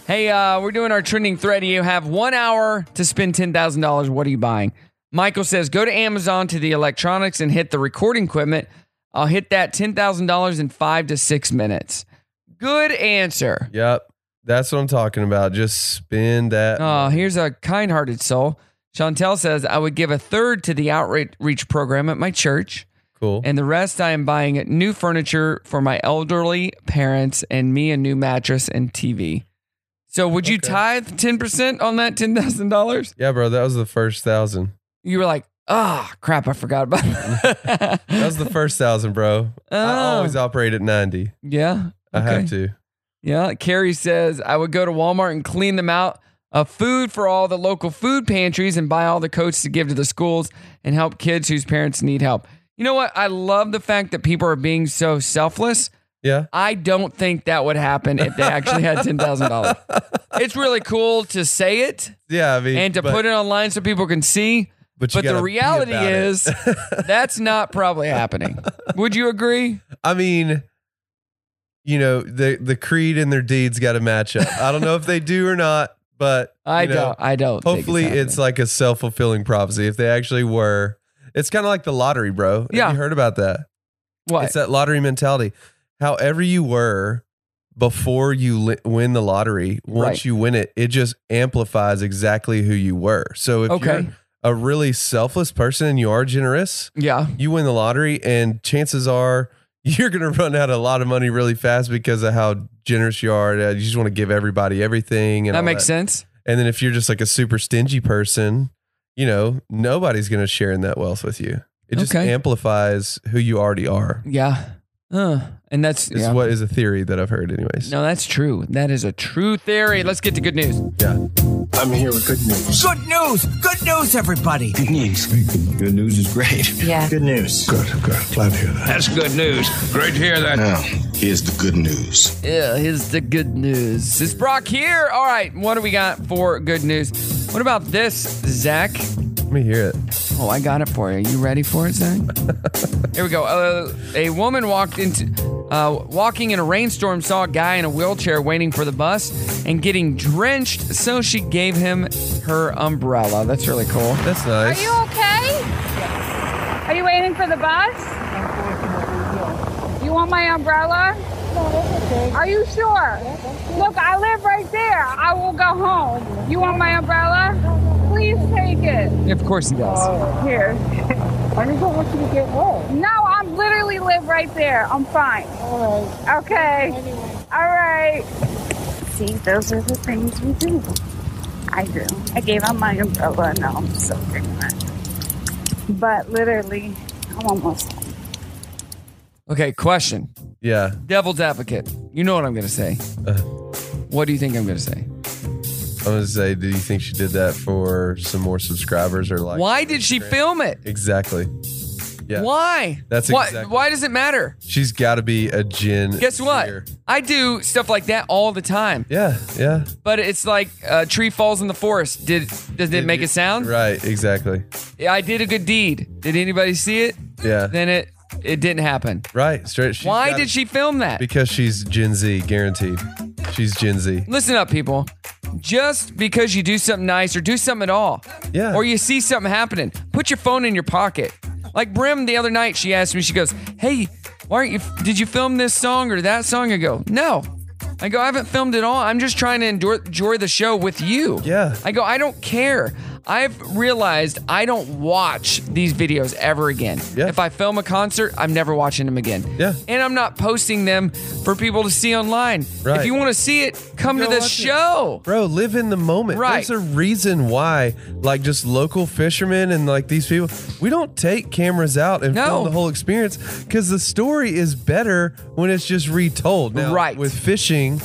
Speaker 2: Hey, uh, we're doing our trending thread. You have one hour to spend ten thousand dollars. What are you buying? Michael says, go to Amazon to the electronics and hit the recording equipment. I'll hit that ten thousand dollars in five to six minutes. Good answer.
Speaker 4: yep. That's what I'm talking about. Just spin that.
Speaker 2: Oh, here's a kind-hearted soul. Chantel says, I would give a third to the outreach program at my church.
Speaker 4: cool.
Speaker 2: and the rest I am buying new furniture for my elderly parents and me a new mattress and TV. So would you tithe 10% on that $10,000?
Speaker 4: yeah, bro. That was the first thousand.
Speaker 2: You were like, "Ah, crap, I forgot about that."
Speaker 4: That was the first thousand, bro. I
Speaker 2: Oh.
Speaker 4: always operate at 90.
Speaker 2: yeah.
Speaker 4: I
Speaker 2: okay.
Speaker 4: have to.
Speaker 2: Yeah, Carrie says I would go to Walmart and clean them out of food for all the local food pantries and buy all the coats to give to the schools and help kids whose parents need help. You know what? I love the fact that people are being so selfless.
Speaker 4: Yeah.
Speaker 2: I don't think that would happen if they actually had ten thousand dollars. It's really cool to say it
Speaker 4: Yeah, I mean,
Speaker 2: and to
Speaker 4: but-
Speaker 2: put it online so people can see,
Speaker 4: but, you
Speaker 2: but
Speaker 4: gotta
Speaker 2: the
Speaker 4: be
Speaker 2: reality
Speaker 4: about it.
Speaker 2: is that's not probably happening. Would you agree?
Speaker 4: I mean, you know, the the creed and their deeds got to match up. I don't know if they do or not, but
Speaker 2: I
Speaker 4: you know,
Speaker 2: don't. I don't. think
Speaker 4: Hopefully, it's,
Speaker 2: happening.
Speaker 4: like a self fulfilling prophecy. If they actually were, it's kind of like the lottery, bro. Have
Speaker 2: Yeah.
Speaker 4: you heard about that?
Speaker 2: what?
Speaker 4: It's that lottery mentality. However you were before you li- win the lottery, once
Speaker 2: Right.
Speaker 4: you win it, it just amplifies exactly who you were. So if
Speaker 2: Okay.
Speaker 4: you're a really selfless person and you are generous,
Speaker 2: yeah.
Speaker 4: you win the lottery and chances are you're going to run out of a lot of money really fast because of how generous you are. Uh, You just want to give everybody everything. And
Speaker 2: That
Speaker 4: all
Speaker 2: makes sense.
Speaker 4: And then if you're just like a super stingy person, you know, nobody's going to share in that wealth with you. It just
Speaker 2: Okay.
Speaker 4: amplifies who you already are.
Speaker 2: Yeah. Huh. And that's
Speaker 4: Is
Speaker 2: yeah.
Speaker 4: what is a theory that I've heard anyways.
Speaker 2: No, that's true. That is a true theory. Let's get to good news.
Speaker 4: Yeah.
Speaker 9: I'm here with good news.
Speaker 3: Good news! Good news, everybody!
Speaker 9: Good news. Good news is great. Yeah. Good news. Good, good. Glad to hear that.
Speaker 3: That's good news. Great to hear that.
Speaker 9: Now, here's the good news.
Speaker 2: Yeah, here's the good news. It's Brock here. All right, what do we got for good news? What about this, Zach?
Speaker 4: Let me hear it.
Speaker 2: Oh, I got it for you. You ready for it, Zach? here we go. Uh, a woman walked into, uh, walking in a rainstorm, saw a guy in a wheelchair waiting for the bus and getting drenched, so she gave him her umbrella. That's really cool.
Speaker 4: That's nice.
Speaker 12: okay? Are you waiting for the bus? You want my umbrella? Are you sure? Look, I live right there. I will go home. You want my umbrella? Please take it.
Speaker 2: Of course he does.
Speaker 12: Here. I just don't want you to get wet. No, I'm literally live right there. I'm fine. All right. Okay. All right. See, those are the things we do. I do. I gave up my umbrella. No, I'm so ignorant. But literally, I'm almost home.
Speaker 2: Okay, question.
Speaker 4: Yeah.
Speaker 2: Devil's advocate. You know what I'm going to say.
Speaker 4: Uh.
Speaker 2: What do you think I'm going to say?
Speaker 4: I'm going to say, do you think she did that for some more subscribers or like?
Speaker 2: Why did she film it?
Speaker 4: Exactly. Yeah.
Speaker 2: Why?
Speaker 4: That's
Speaker 2: why,
Speaker 4: exactly-
Speaker 2: why does it matter?
Speaker 4: She's got to be a gin.
Speaker 2: Guess what? I do stuff like that all the time,
Speaker 4: Yeah. Yeah.
Speaker 2: but it's like a tree falls in the forest. Did does it make a sound?
Speaker 4: Right, exactly.
Speaker 2: Yeah, I did a good deed. Did anybody see it?
Speaker 4: Yeah.
Speaker 2: Then it it didn't happen.
Speaker 4: right, straight. she's
Speaker 2: Why
Speaker 4: got
Speaker 2: did
Speaker 4: it.
Speaker 2: she film that?
Speaker 4: Because she's Gen Z, guaranteed. She's Gen Z.
Speaker 2: Listen up, people. Just because you do something nice or do something at all,
Speaker 4: Yeah.
Speaker 2: or you see something happening, put your phone in your pocket. Like Brim the other night, she asked me, she goes, Hey, Why aren't you? Did you film this song or that song? I go, no. I go, I haven't filmed at all. I'm just trying to endure, enjoy the show with you. Yeah. I go, I don't care. I've realized I don't watch these videos ever again. Yeah. If I film a concert, I'm never watching them again. Yeah. And I'm not posting them for people to see online.
Speaker 4: Right.
Speaker 2: If you want to see it, come to
Speaker 4: Go
Speaker 2: the
Speaker 4: watch it.
Speaker 2: show.
Speaker 4: Bro, live in the moment.
Speaker 2: Right.
Speaker 4: There's a reason why, like, just local fishermen and like these people, we don't take cameras out and
Speaker 2: No.
Speaker 4: film the whole experience because the story is better when it's just retold. Now,
Speaker 2: Right.
Speaker 4: With fishing,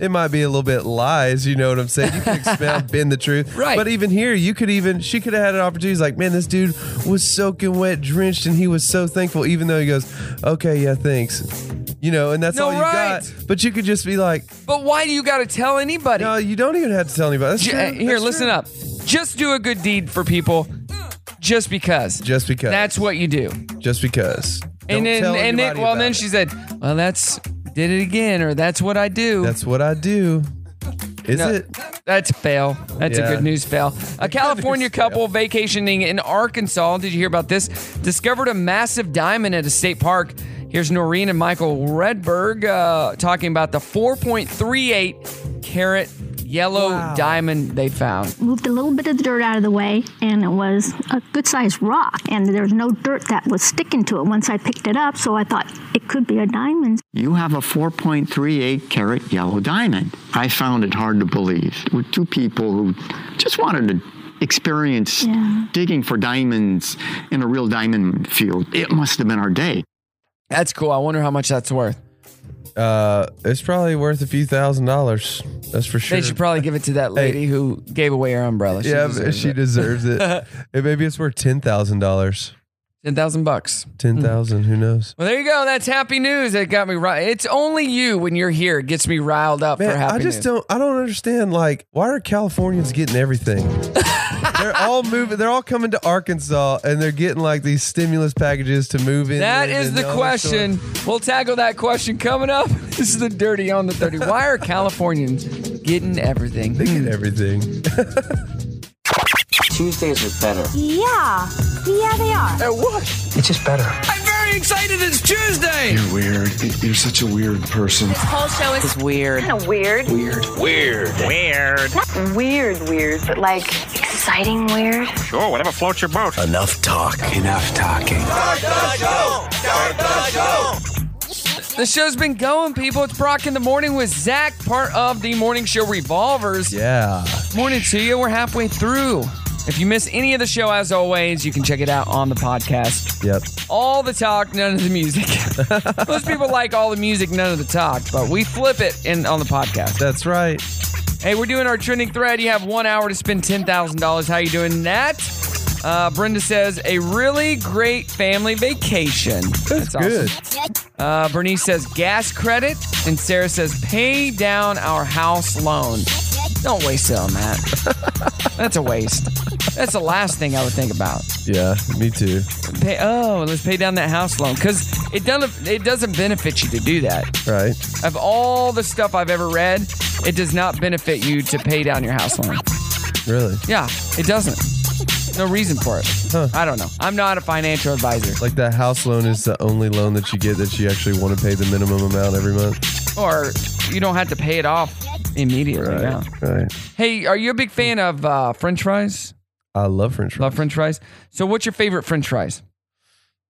Speaker 4: it might be a little bit lies. You know what I'm saying? You can expound, bend the truth.
Speaker 2: Right.
Speaker 4: But even here, you could even she could have had an opportunity. It's like, man, this dude was soaking wet, drenched, and he was so thankful. Even though he goes, okay, yeah, thanks. You know, and that's
Speaker 2: No,
Speaker 4: all you
Speaker 2: right.
Speaker 4: got. But you could just be like,
Speaker 2: But why do you got to tell anybody?
Speaker 4: no, you don't even have to tell anybody. That's
Speaker 2: Ju-
Speaker 4: true.
Speaker 2: uh, Here,
Speaker 4: That's
Speaker 2: listen
Speaker 4: true.
Speaker 2: up. Just do a good deed for people just because.
Speaker 4: Just because.
Speaker 2: That's what you do.
Speaker 4: Just because. Don't
Speaker 2: and then,
Speaker 4: tell
Speaker 2: and then,
Speaker 4: anybody
Speaker 2: well,
Speaker 4: about
Speaker 2: then
Speaker 4: it.
Speaker 2: she said, well, that's, did it again, or that's what I do.
Speaker 4: That's what I do. Is
Speaker 2: No,
Speaker 4: it?
Speaker 2: That's fail. That's
Speaker 4: Yeah.
Speaker 2: a good news fail. A California couple vacationing in Arkansas, did you hear about this? Discovered a massive diamond at a state park. Here's Noreen and Michael Redberg uh, talking about the 4.38 carat yellow diamond they found.
Speaker 13: moved a little bit of the dirt out of the way and it was a good sized rock and there was no dirt that was sticking to it once i picked it up so i thought it could be a diamond
Speaker 14: You have a 4.38 carat yellow diamond. I found it hard to believe. There were two people who just wanted to experience digging for diamonds in a real diamond field. It must have been our day.
Speaker 2: That's cool. I wonder how much that's worth.
Speaker 4: Uh, it's probably worth a few thousand dollars. That's for sure.
Speaker 2: They should probably give it to that lady who gave away her umbrella. She
Speaker 4: yeah,
Speaker 2: deserves
Speaker 4: she
Speaker 2: it.
Speaker 4: deserves it. Hey, Maybe it's worth ten thousand dollars.
Speaker 2: Ten thousand bucks.
Speaker 4: Ten thousand. Who knows?
Speaker 2: Well, there you go. That's happy news. That got me right. It's only you when you're here it gets me riled up for
Speaker 4: Man,
Speaker 2: happy
Speaker 4: I just
Speaker 2: news.
Speaker 4: don't. I don't understand. Like, why are Californians getting everything? they're all moving. They're all coming to Arkansas, and they're getting like these stimulus packages to move in.
Speaker 2: That is the question. We'll tackle that question coming up. This is the dirty on the 30. Why are Californians getting everything? They
Speaker 4: get everything.
Speaker 15: Tuesdays are better.
Speaker 5: Yeah. Yeah, they are. They're what?
Speaker 15: It's just better.
Speaker 2: I'm very excited it's Tuesday.
Speaker 9: You're weird. You're such a weird person.
Speaker 15: whole show is weird. Kind of weird. Weird. Weird. Weird. Not weird, weird, but like exciting weird.
Speaker 11: Sure, whatever floats your boat.
Speaker 15: Enough talk. Enough talking.
Speaker 2: The show's been going, people. It's Brock in the morning with Zach, part of the morning show Revolvers.
Speaker 4: Yeah.
Speaker 2: Morning to you. We're halfway through. If you miss any of the show, as always, you can check it out on the podcast.
Speaker 4: Yep.
Speaker 2: All the talk, none of the music. Most people like all the music, none of the talk, but we flip it in on the podcast.
Speaker 4: That's right.
Speaker 2: Hey, we're doing our trending thread. You have one hour to spend ten thousand dollars. How you doing that? Uh, Brenda says a really great family vacation. That's,
Speaker 4: good.
Speaker 2: Uh, Bernice says gas credit, and Sarah says pay down our house loan. Don't waste it on that. That's a waste. That's the last thing I would think about.
Speaker 4: Yeah, me too.
Speaker 2: Pay, oh, let's pay down that house loan because it doesn't it doesn't benefit you to do that.
Speaker 4: Right.
Speaker 2: Of all the stuff I've ever read, it does not benefit you to pay down your house loan.
Speaker 4: Really.
Speaker 2: Yeah, it doesn't. No reason for it. I don't know. I'm not a financial advisor.
Speaker 4: Like that house loan is the only loan that you get that you actually want to pay the minimum amount every month.
Speaker 2: Or you don't have to pay it off immediately. yeah.
Speaker 4: Right.
Speaker 2: Hey, are you a big fan of uh, French fries?
Speaker 4: I love French fries.
Speaker 2: Love French fries. So, what's your favorite French fries?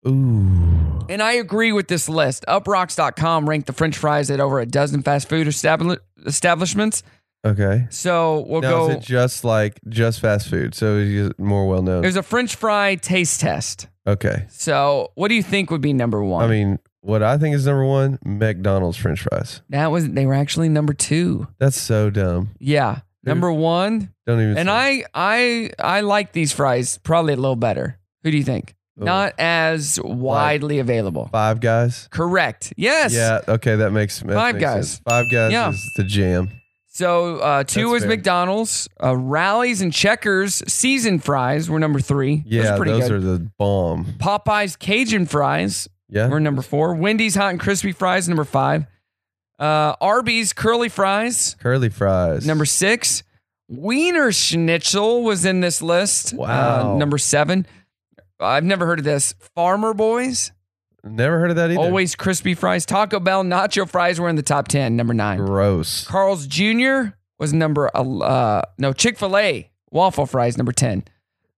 Speaker 4: Ooh.
Speaker 2: And I agree with this list. Uprocks.com ranked the French fries at over a dozen fast food establi- establishments.
Speaker 4: Okay.
Speaker 2: So we'll
Speaker 4: now, is
Speaker 2: go.
Speaker 4: it just like just fast food? So it's more well known.
Speaker 2: There's a French fry taste test.
Speaker 4: Okay.
Speaker 2: So, what do you think would be number one?
Speaker 4: I mean, what I think is number one, McDonald's French fries.
Speaker 2: that was they were actually number two.
Speaker 4: That's so dumb.
Speaker 2: Yeah, number one.
Speaker 4: Don't even.
Speaker 2: And I I I like these fries probably a little better. Who do you think? Not as widely available.
Speaker 4: Five Guys.
Speaker 2: Correct. Yes.
Speaker 4: Yeah. Okay, that makes that
Speaker 2: Five
Speaker 4: makes
Speaker 2: Guys.
Speaker 4: sense. Five Guys
Speaker 2: Yeah.
Speaker 4: is the jam.
Speaker 2: So uh, two
Speaker 4: That's
Speaker 2: was
Speaker 4: fair.
Speaker 2: McDonald's. Uh, Rallies and Checkers seasoned fries were number three.
Speaker 4: Yeah,
Speaker 2: those, are pretty
Speaker 4: those
Speaker 2: good.
Speaker 4: are the bomb.
Speaker 2: Popeyes Cajun fries.
Speaker 4: Yeah.
Speaker 2: We're number four. Wendy's hot and crispy fries, number five. Uh, Arby's curly fries,
Speaker 4: Curly fries.
Speaker 2: number six. Wiener Schnitzel was in this Uh, list. Wow. number seven. I've never heard of this. Farmer Boys.
Speaker 4: Never heard of that either.
Speaker 2: Always crispy fries. Taco Bell nacho fries were in the top 10, number nine.
Speaker 4: Gross.
Speaker 2: Carl's Jr. was number, el- uh, no, Chick fil A waffle fries, number 10.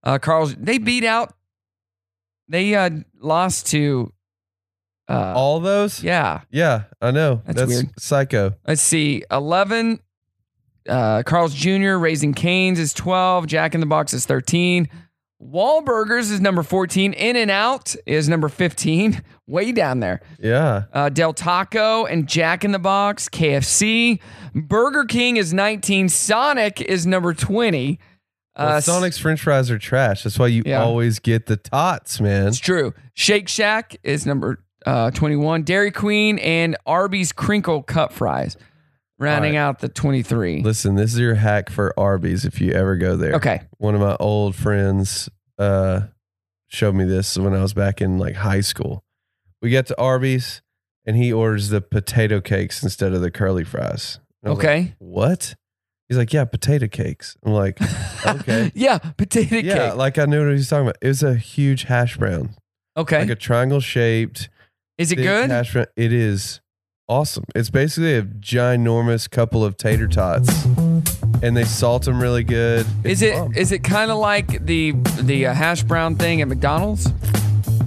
Speaker 2: Uh, Carl's, they beat out, they uh, lost to. Uh,
Speaker 4: All those?
Speaker 2: Yeah.
Speaker 4: Yeah, I know.
Speaker 2: That's
Speaker 4: That's,
Speaker 2: weird.
Speaker 4: psycho.
Speaker 2: Let's see. 11. Uh, Carl's Jr. Raising Canes is 12. Jack in the Box is 13. Wahlburgers is number 14. In and Out is number 15. Way down there.
Speaker 4: Yeah.
Speaker 2: Uh, Del Taco and Jack in the Box, KFC. Burger King is 19. Sonic is number 20.
Speaker 4: Well,
Speaker 2: Uh,
Speaker 4: Sonic's French fries are trash. That's why you
Speaker 2: Yeah.
Speaker 4: always get the tots, man.
Speaker 2: It's true. Shake Shack is number uh, 21. Dairy Queen and Arby's Crinkle Cut Fries, rounding
Speaker 4: All right.
Speaker 2: out the 23.
Speaker 4: Listen, this is your hack for Arby's if you ever go there.
Speaker 2: Okay.
Speaker 4: One of my old friends uh, showed me this when I was back in like high school. We get to Arby's and he orders the potato cakes instead of the curly fries. And I was like,
Speaker 2: Okay.
Speaker 4: what? He's like, yeah, potato cakes. I'm like, okay.
Speaker 2: Yeah, potato
Speaker 4: yeah,
Speaker 2: cake.
Speaker 4: like I knew what he was talking about. It was a huge hash brown.
Speaker 2: Okay.
Speaker 4: Like a triangle shaped.
Speaker 2: Is it
Speaker 4: thick
Speaker 2: good?
Speaker 4: Hash brown. It is awesome. It's basically a ginormous couple of tater tots, and they salt them really good.
Speaker 2: Is it is it kind of like the the uh, hash brown thing at McDonald's?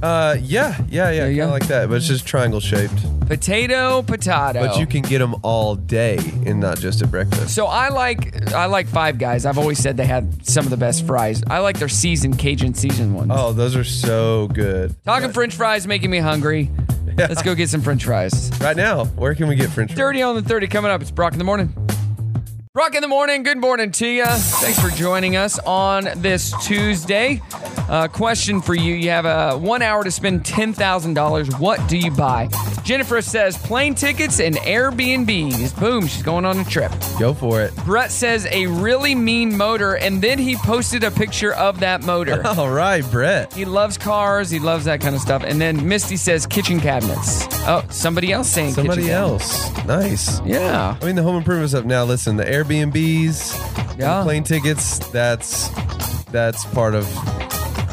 Speaker 4: Uh, yeah, yeah, yeah, kind of like that, but it's just triangle shaped.
Speaker 2: Potato, potato.
Speaker 4: But you can get them all day and not just at breakfast.
Speaker 2: So I like I like Five Guys. I've always said they had some of the best fries. I like their seasoned Cajun seasoned ones.
Speaker 4: Oh, those are so good.
Speaker 2: Talking French fries making me hungry. Let's go get some French fries.
Speaker 4: Right now, where can we get French fries?
Speaker 2: Dirty on the 30 coming up. It's Brock in the morning. Brock in the morning. Good morning to you. Thanks for joining us on this Tuesday. Uh, question for you. You have uh, one hour to spend $10,000. What do you buy? Jennifer says plane tickets and Airbnbs. Boom, she's going on a trip.
Speaker 4: Go for it.
Speaker 2: Brett says a really mean motor, and then he posted a picture of that motor.
Speaker 4: All right, Brett.
Speaker 2: He loves cars. He loves that kind of stuff. And then Misty says kitchen cabinets. Oh, somebody else saying
Speaker 4: Somebody
Speaker 2: kitchen cabinets.
Speaker 4: else. Nice.
Speaker 2: Yeah.
Speaker 4: I mean, the home improvements up now. Listen, the Airbnbs,
Speaker 2: Yeah.
Speaker 4: the plane tickets. That's that's part of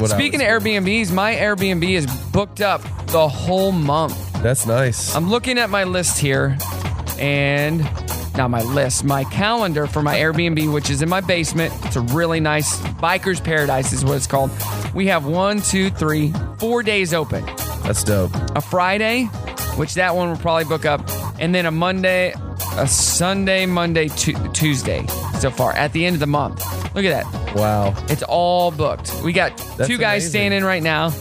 Speaker 4: what.
Speaker 2: Speaking
Speaker 4: I
Speaker 2: of Airbnbs, my Airbnb is booked up the whole month.
Speaker 4: of, that's nice.
Speaker 2: I'm looking at my list here and not my list, my calendar for my Airbnb, which is in my basement. It's a really nice biker's paradise, is what it's called. We have one, two, three, four days open.
Speaker 4: That's dope.
Speaker 2: A Friday, which that one will probably book up, and then a Monday, a Sunday, Monday, Tu Tuesday so far at the end of the month. Look at that.
Speaker 4: Wow.
Speaker 2: It's all booked. We got
Speaker 4: That's
Speaker 2: two guys
Speaker 4: amazing.
Speaker 2: staying in right now.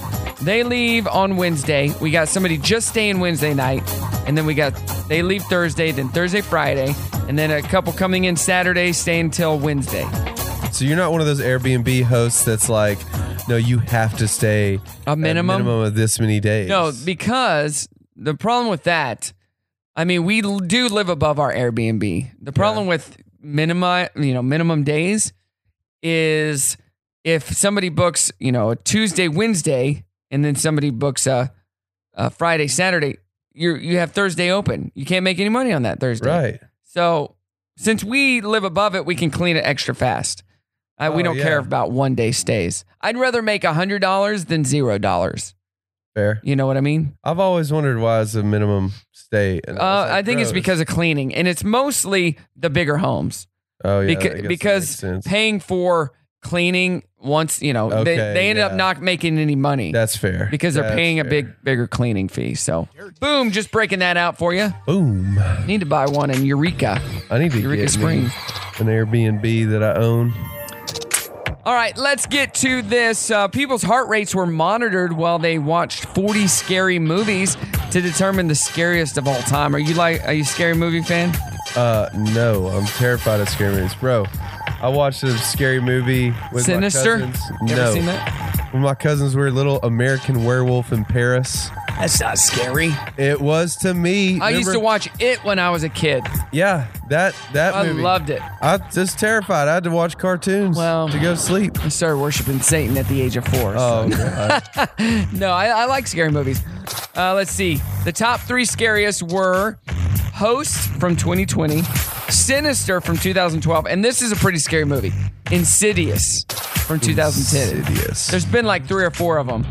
Speaker 2: They leave on Wednesday. We got somebody just staying Wednesday night. And then we got, they leave Thursday, then Thursday, Friday. And then a couple coming in Saturday, staying till Wednesday.
Speaker 4: So you're not one of those Airbnb hosts that's like, no, you have to stay
Speaker 2: A minimum?
Speaker 4: a minimum of this many days.
Speaker 2: No, because the problem with that, I mean, we l- do live above our Airbnb. The problem with minimi, you know, minimum days is if somebody books, you know, a Tuesday, Wednesday, and then somebody books a, a Friday, Saturday, you you have Thursday open. You can't make any money on that Thursday.
Speaker 4: right.
Speaker 2: So since we live above it, we can clean it extra fast. Uh, we
Speaker 4: Oh,
Speaker 2: don't care
Speaker 4: yeah.
Speaker 2: about one day stays. I'd rather make a hundred dollars than zero dollars.
Speaker 4: Fair.
Speaker 2: You know what I mean?
Speaker 4: I've always wondered why is the minimum stay. And
Speaker 2: Uh,
Speaker 4: was like,
Speaker 2: I think it's
Speaker 4: gross.
Speaker 2: because of cleaning, and it's mostly the bigger homes
Speaker 4: Oh yeah. I guess
Speaker 2: Beca-
Speaker 4: that makes
Speaker 2: because
Speaker 4: sense.
Speaker 2: paying for cleaning once you know they,
Speaker 4: Okay,
Speaker 2: they ended up
Speaker 4: yeah.
Speaker 2: not making any money
Speaker 4: that's fair.
Speaker 2: because they're
Speaker 4: That's
Speaker 2: paying a
Speaker 4: fair.
Speaker 2: big bigger cleaning fee. So boom, just breaking that out for you.
Speaker 4: boom.
Speaker 2: Need to buy one in Eureka.
Speaker 4: I need to
Speaker 2: Eureka
Speaker 4: get me
Speaker 2: Springs.
Speaker 4: an Airbnb that I own.
Speaker 2: All right, let's get to this. Uh, people's heart rates were monitored while they watched 40 scary movies to determine the scariest of all time. Are you like, are you a scary movie fan?
Speaker 4: Uh, no, I'm terrified of scary movies, bro. I watched a scary movie with
Speaker 2: Sinister?
Speaker 4: My cousins.
Speaker 2: You
Speaker 4: no,
Speaker 2: ever seen that?
Speaker 4: When my cousins were little, American Werewolf in Paris.
Speaker 2: That's not scary.
Speaker 4: It was to me.
Speaker 2: I used
Speaker 4: Remember-
Speaker 2: to watch it when I was a kid.
Speaker 4: Yeah, that that
Speaker 2: I
Speaker 4: movie.
Speaker 2: loved it.
Speaker 4: I was terrified. I had to watch cartoons
Speaker 2: Well,
Speaker 4: to go to sleep.
Speaker 2: I started worshiping Satan at the age of four.
Speaker 4: Oh,
Speaker 2: so-
Speaker 4: God.
Speaker 2: no, I, I like scary movies. Uh, let's see. The top three scariest were Host from 2020, Sinister from 2012, and this is a pretty scary movie. Insidious from 2010.
Speaker 4: Insidious.
Speaker 2: There's been like three or four of them.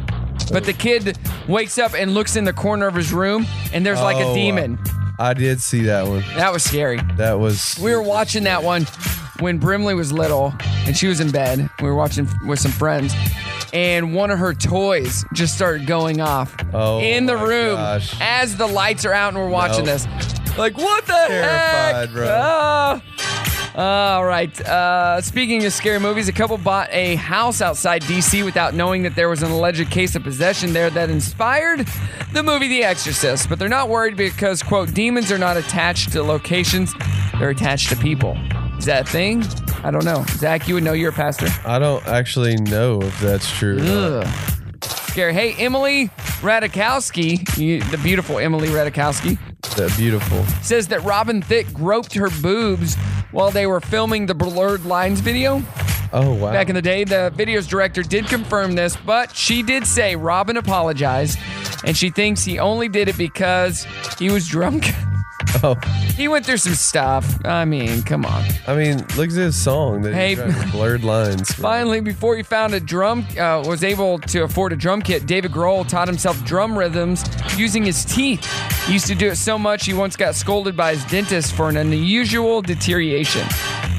Speaker 2: But the kid wakes up and looks in the corner of his room, and there's like a
Speaker 4: Oh,
Speaker 2: demon.
Speaker 4: I did see that one.
Speaker 2: That was scary.
Speaker 4: That was
Speaker 2: We were watching that one when Brimley was little and she was in bed. We were watching with some friends and one of her toys just started going off
Speaker 4: Oh,
Speaker 2: in the
Speaker 4: my
Speaker 2: room
Speaker 4: gosh.
Speaker 2: as the lights are out and we're watching
Speaker 4: No.
Speaker 2: this. Like, what the heck?
Speaker 4: Terrified, bro.
Speaker 2: Ah. all right. Uh, speaking of scary movies, a couple bought a house outside DC without knowing that there was an alleged case of possession there that inspired the movie The Exorcist. But they're not worried because, quote, demons are not attached to locations, they're attached to people. Is that a thing? I don't know. Zach, you would know you're a pastor.
Speaker 4: I don't actually know if that's true. or not.
Speaker 2: Scary. Hey, Emily Radikowski, you- the beautiful Emily Radikowski,
Speaker 4: That beautiful.
Speaker 2: says that Robin Thicke groped her boobs while they were filming the Blurred Lines video.
Speaker 4: Oh wow.
Speaker 2: Back in the day, the video's director did confirm this, but she did say Robin apologized, and she thinks he only did it because he was drunk.
Speaker 4: Oh.
Speaker 2: He went through some stuff. I mean, come on.
Speaker 4: I mean, look at this song. That
Speaker 2: Hey.
Speaker 4: hey, blurred lines.
Speaker 2: Finally, before he found a drum, uh, was able to afford a drum kit. David Grohl taught himself drum rhythms using his teeth. He used to do it so much he once got scolded by his dentist for an unusual deterioration.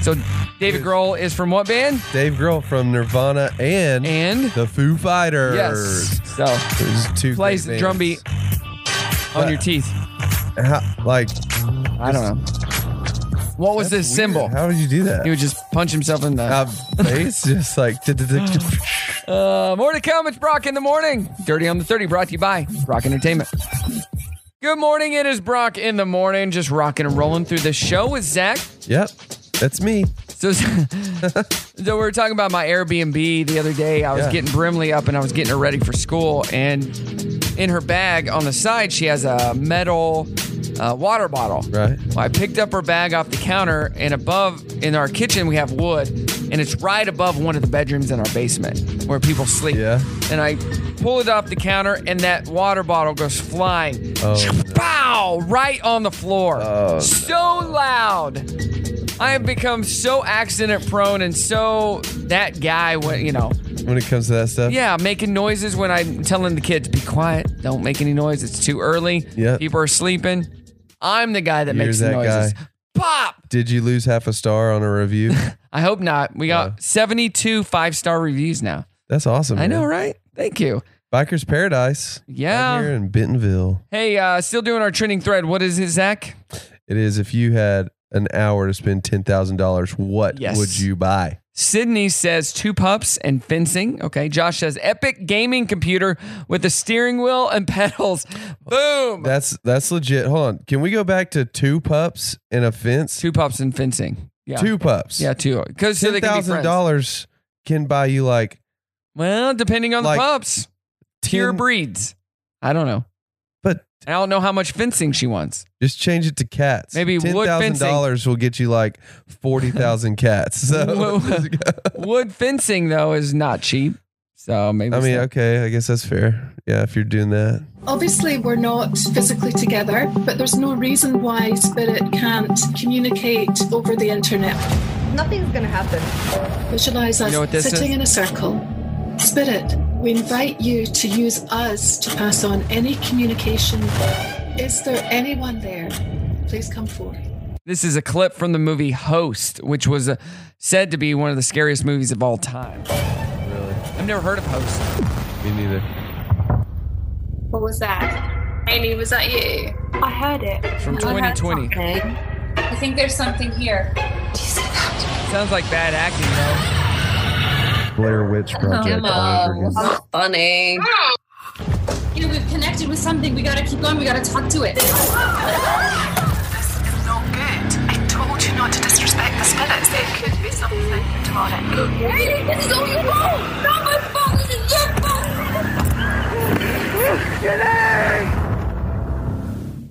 Speaker 2: So, David Grohl is from what band?
Speaker 4: Dave Grohl from Nirvana and
Speaker 2: and
Speaker 4: the Foo Fighters.
Speaker 2: Yes. So
Speaker 4: There's two
Speaker 2: plays
Speaker 4: great
Speaker 2: the drum
Speaker 4: bands.
Speaker 2: beat on your teeth.
Speaker 4: How- like
Speaker 2: I don't know. What was this symbol?
Speaker 4: How did you do that?
Speaker 2: He would just punch himself in the
Speaker 4: face, just like.
Speaker 2: Uh, more to come. It's Brock in the morning. Dirty on the 30 brought to you by Brock Entertainment. Good morning. It is Brock in the morning. Just rocking and rolling through the show with Zach.
Speaker 4: Yep, that's me.
Speaker 2: So, so we were talking about my Airbnb the other day. I was
Speaker 4: Yeah.
Speaker 2: getting Brimley up and I was getting her ready for school. And in her bag on the side, she has a metal uh, water bottle.
Speaker 4: Right.
Speaker 2: Well, I picked up her bag off the counter, and above in our kitchen we have wood, and it's right above one of the bedrooms in our basement where people sleep. Yeah. And I pull it off the counter, and that water bottle goes flying.
Speaker 4: Oh,
Speaker 2: Bow! Right on the floor. so loud. I have become so accident prone and so that guy, when, you know.
Speaker 4: when it comes to that stuff.
Speaker 2: Yeah, making noises when I'm telling the kids, be quiet, don't make any noise, it's too early.
Speaker 4: Yep.
Speaker 2: People are sleeping. I'm the guy that
Speaker 4: You're
Speaker 2: makes the
Speaker 4: that
Speaker 2: noises.
Speaker 4: guy.
Speaker 2: Pop!
Speaker 4: Did you lose half a star on a review?
Speaker 2: I hope not. We got 72 five star reviews now.
Speaker 4: That's awesome.
Speaker 2: I know,
Speaker 4: man.
Speaker 2: right? Thank you.
Speaker 4: Bikers Paradise.
Speaker 2: Yeah.
Speaker 4: Right here in Bentonville.
Speaker 2: Hey, uh, still doing our trending thread. What is it, Zach?
Speaker 4: It is if you had an hour to spend ten thousand dollars, what
Speaker 2: Yes.
Speaker 4: would you buy?
Speaker 2: Sydney says two pups and fencing. Okay. Josh says epic gaming computer with a steering wheel and pedals. Boom.
Speaker 4: That's that's legit. Hold on. Can we go back to two pups and a fence?
Speaker 2: Two pups and fencing. Yeah.
Speaker 4: Two pups.
Speaker 2: Yeah, two. 'Cause so they can be friends.
Speaker 4: dollars can buy you like
Speaker 2: Well, depending on
Speaker 4: Like,
Speaker 2: the pups, tier breeds. I don't know.
Speaker 4: But
Speaker 2: I don't know how much fencing she wants.
Speaker 4: just change it to cats.
Speaker 2: Maybe
Speaker 4: ten
Speaker 2: wood
Speaker 4: thousand
Speaker 2: fencing.
Speaker 4: dollars will get you like forty thousand cats. So
Speaker 2: Wo- wood fencing though is not cheap. So maybe
Speaker 4: I mean,
Speaker 2: so.
Speaker 4: okay, I guess that's fair. Yeah, if you're doing that.
Speaker 16: Obviously, we're not physically together, but there's no reason why spirit can't communicate over the internet. Nothing's going to happen. Visualize us
Speaker 2: You know what this
Speaker 16: sitting
Speaker 2: is?
Speaker 16: in a circle. Spirit, we invite you to use us to pass on any communication. Is there anyone there? Please come forward.
Speaker 2: This is a clip from the movie Host, which was uh, said to be one of the scariest movies of all time.
Speaker 4: Really?
Speaker 2: I've never heard of Host.
Speaker 4: Me neither.
Speaker 17: What was that? Amy, was that you? I heard it.
Speaker 2: From
Speaker 17: I heard
Speaker 2: 2020.
Speaker 17: something. I think there's something here.
Speaker 2: Sounds like bad acting, though.
Speaker 4: Blair Witch Project all over again.
Speaker 17: funny. You know, we've connected with something. We gotta keep going. We gotta talk to it.
Speaker 18: No good. I told you not to disrespect the spirits. It could be something demonic.
Speaker 17: Amy, this is all your fault. Not my fault. This is your fault.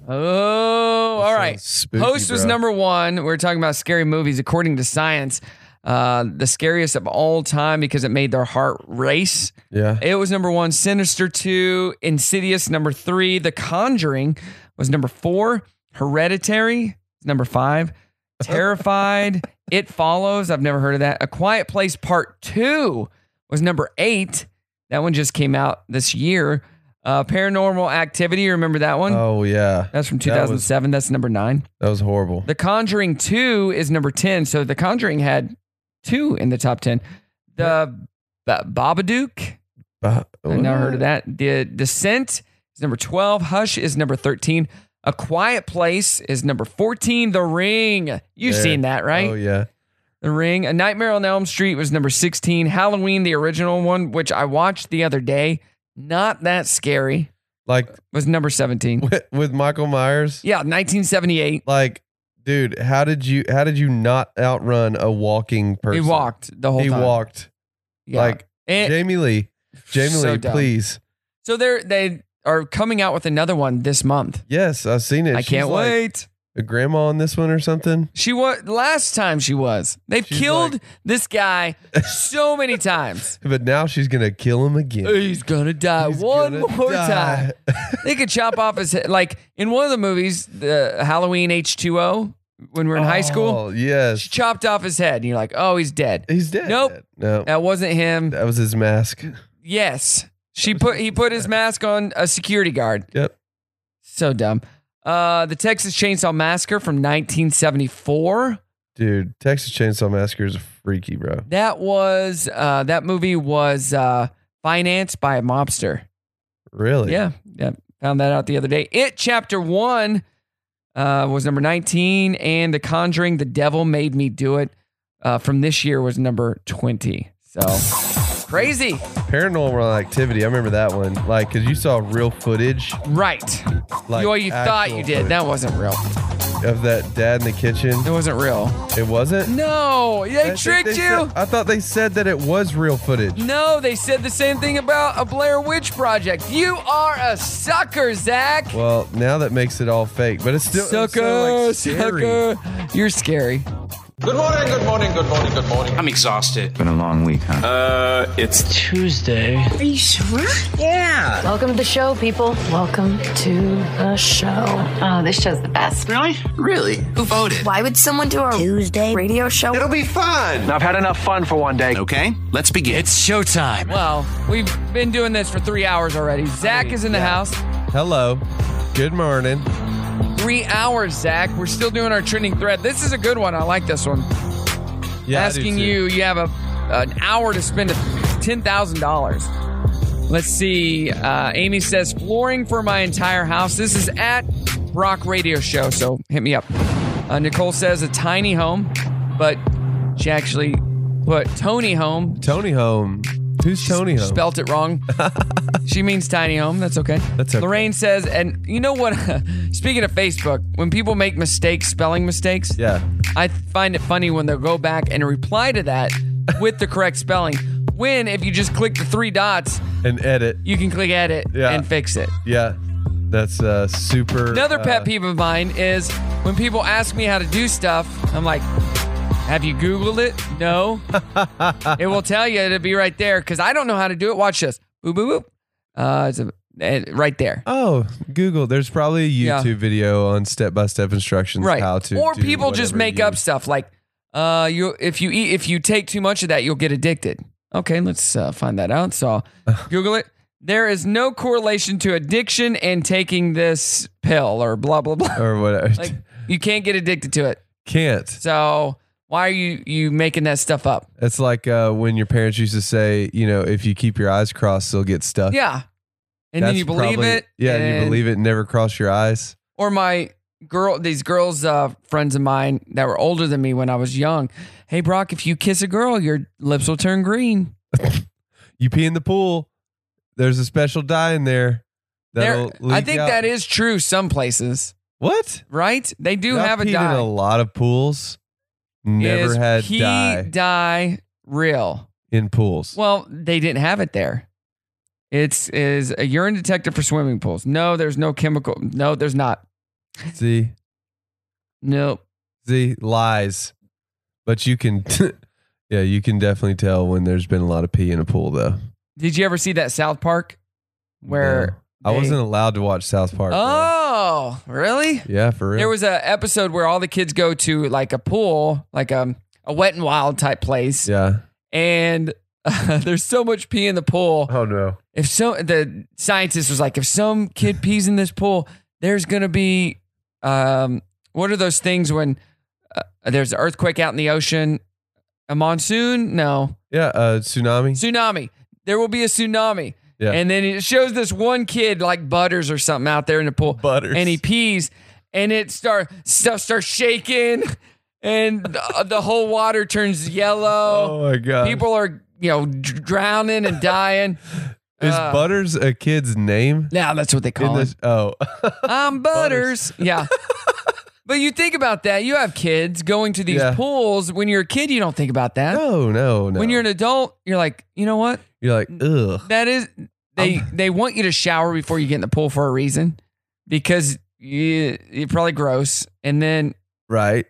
Speaker 2: Oh, all right.
Speaker 17: spooky,
Speaker 2: Host was
Speaker 17: bro.
Speaker 2: number one. We We're talking about scary movies. According to science, uh, the scariest of all time because it made their heart race.
Speaker 4: Yeah.
Speaker 2: It was number one. Sinister two. Insidious number three. The Conjuring was number four. Hereditary number five. Terrified. it Follows. I've never heard of that. A Quiet Place Part Two was number eight. That one just came out this year. Uh, Paranormal Activity. You remember that one?
Speaker 4: Oh yeah,
Speaker 2: that's from
Speaker 4: That was-
Speaker 2: 2007. That's number nine.
Speaker 4: That was horrible.
Speaker 2: The Conjuring 2 is number 10. So The Conjuring had two in the top 10. The B- Babadook.
Speaker 4: Ba-
Speaker 2: I never heard of that. The Descent is number 12. Hush is number 13. A Quiet Place is number 14. The Ring. You've
Speaker 4: There.
Speaker 2: seen that, right?
Speaker 4: Oh yeah.
Speaker 2: The Ring. A Nightmare on Elm Street was number 16. Halloween, the original one, which I watched the other day. Not that scary.
Speaker 4: Like
Speaker 2: was number 17
Speaker 4: with, with Michael Myers.
Speaker 2: Yeah, 1978.
Speaker 4: Like, dude, how did you how did you not outrun a walking person?
Speaker 2: walked the whole
Speaker 4: He
Speaker 2: time.
Speaker 4: walked.
Speaker 2: Yeah.
Speaker 4: Like
Speaker 2: And-
Speaker 4: Jamie Lee. Jamie
Speaker 2: So
Speaker 4: Lee,
Speaker 2: dumb.
Speaker 4: please.
Speaker 2: So they're they are coming out with another one this month.
Speaker 4: Yes, I've seen it.
Speaker 2: I
Speaker 4: She's
Speaker 2: can't
Speaker 4: like
Speaker 2: wait.
Speaker 4: a grandma in this one or something.
Speaker 2: She was last time she was. They've killed this guy so many times.
Speaker 4: But now she's gonna kill him again.
Speaker 2: He's gonna die Uh, one more
Speaker 4: die.
Speaker 2: time. They could chop off his head. Like in one of the movies, the Halloween H two O, when we were in high
Speaker 4: Oh,
Speaker 2: school,
Speaker 4: yes.
Speaker 2: she chopped off his head, and you're like, oh, he's dead.
Speaker 4: He's dead.
Speaker 2: Nope,
Speaker 4: No.
Speaker 2: that wasn't him.
Speaker 4: That was his mask.
Speaker 2: Yes, she put he put his mask on a security guard.
Speaker 4: Yep.
Speaker 2: So dumb. Uh, the Texas Chainsaw Massacre from 1974.
Speaker 4: Dude, Texas Chainsaw Massacre is freaky, bro.
Speaker 2: That was uh, that movie was uh, financed by a mobster.
Speaker 4: Really?
Speaker 2: Yeah, yeah. Found that out the other day. It Chapter One uh, was number 19, and The Conjuring: The Devil Made Me Do It uh, from this year was number 20. So crazy,
Speaker 4: Paranormal activity. I remember that one. Like, cause you saw real footage.
Speaker 2: right?
Speaker 4: Like
Speaker 2: Well, you thought you
Speaker 4: actual
Speaker 2: did.
Speaker 4: footage.
Speaker 2: That wasn't real.
Speaker 4: Of that dad in the kitchen. It
Speaker 2: wasn't real.
Speaker 4: It wasn't?
Speaker 2: No, they
Speaker 4: I think
Speaker 2: tricked
Speaker 4: they
Speaker 2: you.
Speaker 4: said- I thought they said that it was real footage.
Speaker 2: No, they said the same thing about a Blair Witch Project. You are a sucker, Zach.
Speaker 4: Well, now that makes it all fake, but it's still it's still,
Speaker 2: Sucker,
Speaker 4: like, scary.
Speaker 2: sucker. You're scary.
Speaker 19: Good morning, good morning, good morning, good morning. I'm exhausted. Been a long week, huh? Uh, it's Tuesday.
Speaker 10: Are you sure? Yeah. Welcome to the show, people. Welcome to the show. Oh, this show's the best. Really? Really? Who voted? Why would someone do a Tuesday radio show? It'll be fun.
Speaker 19: I've had enough fun for one day. Okay, let's begin. It's showtime.
Speaker 2: Well, we've been doing this for three hours already. Zach is in the house.
Speaker 4: Hello. Good morning.
Speaker 2: Three hours, Zach. We're still doing our trending thread. This is a good one. I like this one.
Speaker 4: Yeah, I do
Speaker 2: Asking
Speaker 4: too.
Speaker 2: you, you have a an hour to spend ten thousand dollars. Let's see. Uh, Amy says flooring for my entire house. This is at Rock Radio Show, so hit me up. Uh, Nicole says a tiny home, but she actually put Tony home.
Speaker 4: Tony home. Who's Tony home?
Speaker 2: Spelt it wrong. she means tiny home. That's okay. That's okay. Lorraine says, and you know what? Speaking of Facebook, when people make mistakes, spelling mistakes,
Speaker 4: Yeah.
Speaker 2: I find it funny when they'll go back and reply to that with the correct spelling. When if you just click the three dots,
Speaker 4: and edit.
Speaker 2: you can click edit
Speaker 4: Yeah.
Speaker 2: and fix it.
Speaker 4: Yeah. That's uh super
Speaker 2: Another
Speaker 4: uh,
Speaker 2: pet peeve of mine is when people ask me how to do stuff, I'm like, have you Googled it? No. it will tell you to be right there because I don't know how to do it. Watch this. Boop, boop, boop. Uh, it's a, eh, right there.
Speaker 4: Oh, Google. There's probably a
Speaker 2: Yeah.
Speaker 4: YouTube video on step by step instructions
Speaker 2: Right.
Speaker 4: how to
Speaker 2: or
Speaker 4: do
Speaker 2: people just
Speaker 4: whatever
Speaker 2: make
Speaker 4: you-
Speaker 2: up stuff like, uh, you if you eat if you take too much of that, you'll get addicted. Okay, let's uh, find that out. So, Google it. There is no correlation to addiction and taking this pill or blah blah blah.
Speaker 4: or whatever.
Speaker 2: Like you can't get addicted to it.
Speaker 4: Can't.
Speaker 2: So why are you you making that stuff up?
Speaker 4: It's like uh, when your parents used to say, you know, if you keep your eyes crossed, they'll get stuck.
Speaker 2: Yeah. And then
Speaker 4: That's
Speaker 2: you believe
Speaker 4: probably-
Speaker 2: it.
Speaker 4: Yeah, and
Speaker 2: and-
Speaker 4: you believe it. and Never cross your eyes.
Speaker 2: Or my girl, these girls, uh, friends of mine that were older than me when I was young. Hey, Brock, if you kiss a girl, your lips will turn green.
Speaker 4: You pee in the pool. There's a special dye in there.
Speaker 2: There,
Speaker 4: That'll
Speaker 2: I
Speaker 4: leak
Speaker 2: think
Speaker 4: out.
Speaker 2: that is true some places.
Speaker 4: What?
Speaker 2: Right? They do
Speaker 4: I've
Speaker 2: have a
Speaker 4: peed
Speaker 2: dye.
Speaker 4: In a lot of pools. Never
Speaker 2: Is
Speaker 4: had
Speaker 2: pee
Speaker 4: dye
Speaker 2: dye real.
Speaker 4: in pools.
Speaker 2: Well, they didn't have it there. It's is a urine detector for swimming pools. No, there's no chemical. No, there's not.
Speaker 4: See,
Speaker 2: Nope.
Speaker 4: see, lies. But you can, yeah, you can definitely tell when there's been a lot of pee in a pool, though.
Speaker 2: Did you ever see that South Park where
Speaker 4: I
Speaker 2: they-
Speaker 4: wasn't allowed to watch South Park.
Speaker 2: Oh, really?
Speaker 4: Yeah, for real.
Speaker 2: There was a episode where all the kids go to like a pool, like um, a wet and wild type place.
Speaker 4: yeah.
Speaker 2: And uh, There's so much pee in the pool.
Speaker 4: Oh no!
Speaker 2: If so, the scientist was like, if some kid pees in this pool, there's gonna be, um, what are those things when uh, there's an earthquake out in the ocean, a monsoon? No,
Speaker 4: Yeah, uh, tsunami.
Speaker 2: tsunami. There will be a tsunami.
Speaker 4: Yeah.
Speaker 2: And then it shows this one kid like butters or something out there in the pool. Butters. And he pees and it start stuff starts shaking and the, the whole water turns yellow.
Speaker 4: Oh my god!
Speaker 2: People are, you know, dr- drowning and dying.
Speaker 4: Is
Speaker 2: Uh,
Speaker 4: Butters a kid's name?
Speaker 2: Yeah, that's what they call
Speaker 4: it. Oh,
Speaker 2: I'm Butters. Yeah. But you think about that. You have kids going to these
Speaker 4: Yeah.
Speaker 2: pools. When you're a kid, you don't think about that.
Speaker 4: no, no, no.
Speaker 2: When you're an adult, you're like, you know what?
Speaker 4: You're like, ugh.
Speaker 2: That is they they want you to shower before you get in the pool for a reason because you, you're probably gross. And then
Speaker 4: Right.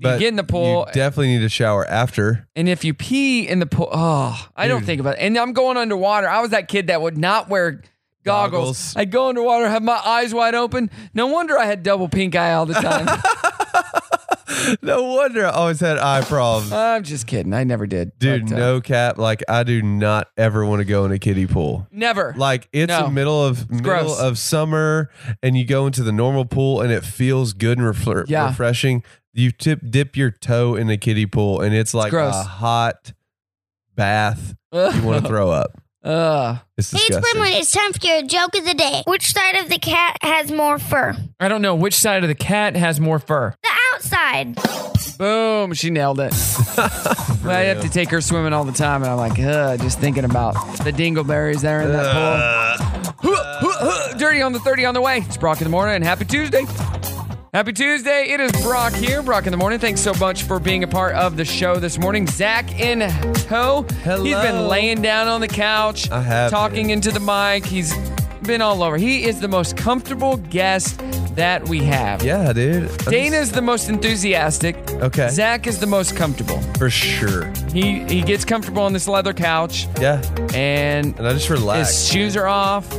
Speaker 4: But
Speaker 2: get in the pool.
Speaker 4: You definitely need a shower after.
Speaker 2: and if you pee in the pool, oh, I don't think about it. And I'm going underwater. I was that kid that would not wear goggles.
Speaker 4: Goggles.
Speaker 2: I'd go underwater, have my eyes wide open. No wonder I had double pink eye all the time.
Speaker 4: No wonder I always had eye problems.
Speaker 2: I'm just kidding. I never did. uh,
Speaker 4: Dude, no cap. Like I do not ever want to go in a kiddie pool.
Speaker 2: Never.
Speaker 4: Like it's
Speaker 2: No.
Speaker 4: the middle of middle
Speaker 2: gross.
Speaker 4: of summer, and you go into the normal pool, and it feels good and refle-
Speaker 2: Yeah.
Speaker 4: refreshing. You tip dip your toe in a kiddie pool, and it's like
Speaker 2: gross.
Speaker 4: a hot bath. you want to throw up.
Speaker 2: Ugh.
Speaker 4: It's disgusting.
Speaker 20: It's time for your joke of the day. Which side of the cat has more fur?
Speaker 2: I don't know which side of the cat has more fur.
Speaker 20: The outside.
Speaker 2: Boom, she nailed it. I have to take her swimming all the time, and I'm like, Ugh, just thinking about the dingleberries there in that pool. Uh, Huh, huh, huh. Dirty on the 30 on the way. It's Brock in the morning, and happy Tuesday. Happy Tuesday. It is Brock here, Brock in the morning. Thanks so much for being a part of the show this morning. Zach in Ho. Hello. He's been laying down on the couch,
Speaker 4: I have
Speaker 2: talking into the mic. He's been all over. He is the most comfortable guest that we have.
Speaker 4: Yeah, dude. I'm
Speaker 2: Dana's the most enthusiastic.
Speaker 4: Okay.
Speaker 2: Zach is the most comfortable.
Speaker 4: For sure.
Speaker 2: He he gets comfortable on this leather couch.
Speaker 4: Yeah.
Speaker 2: And
Speaker 4: and I just relax.
Speaker 2: His shoes are off.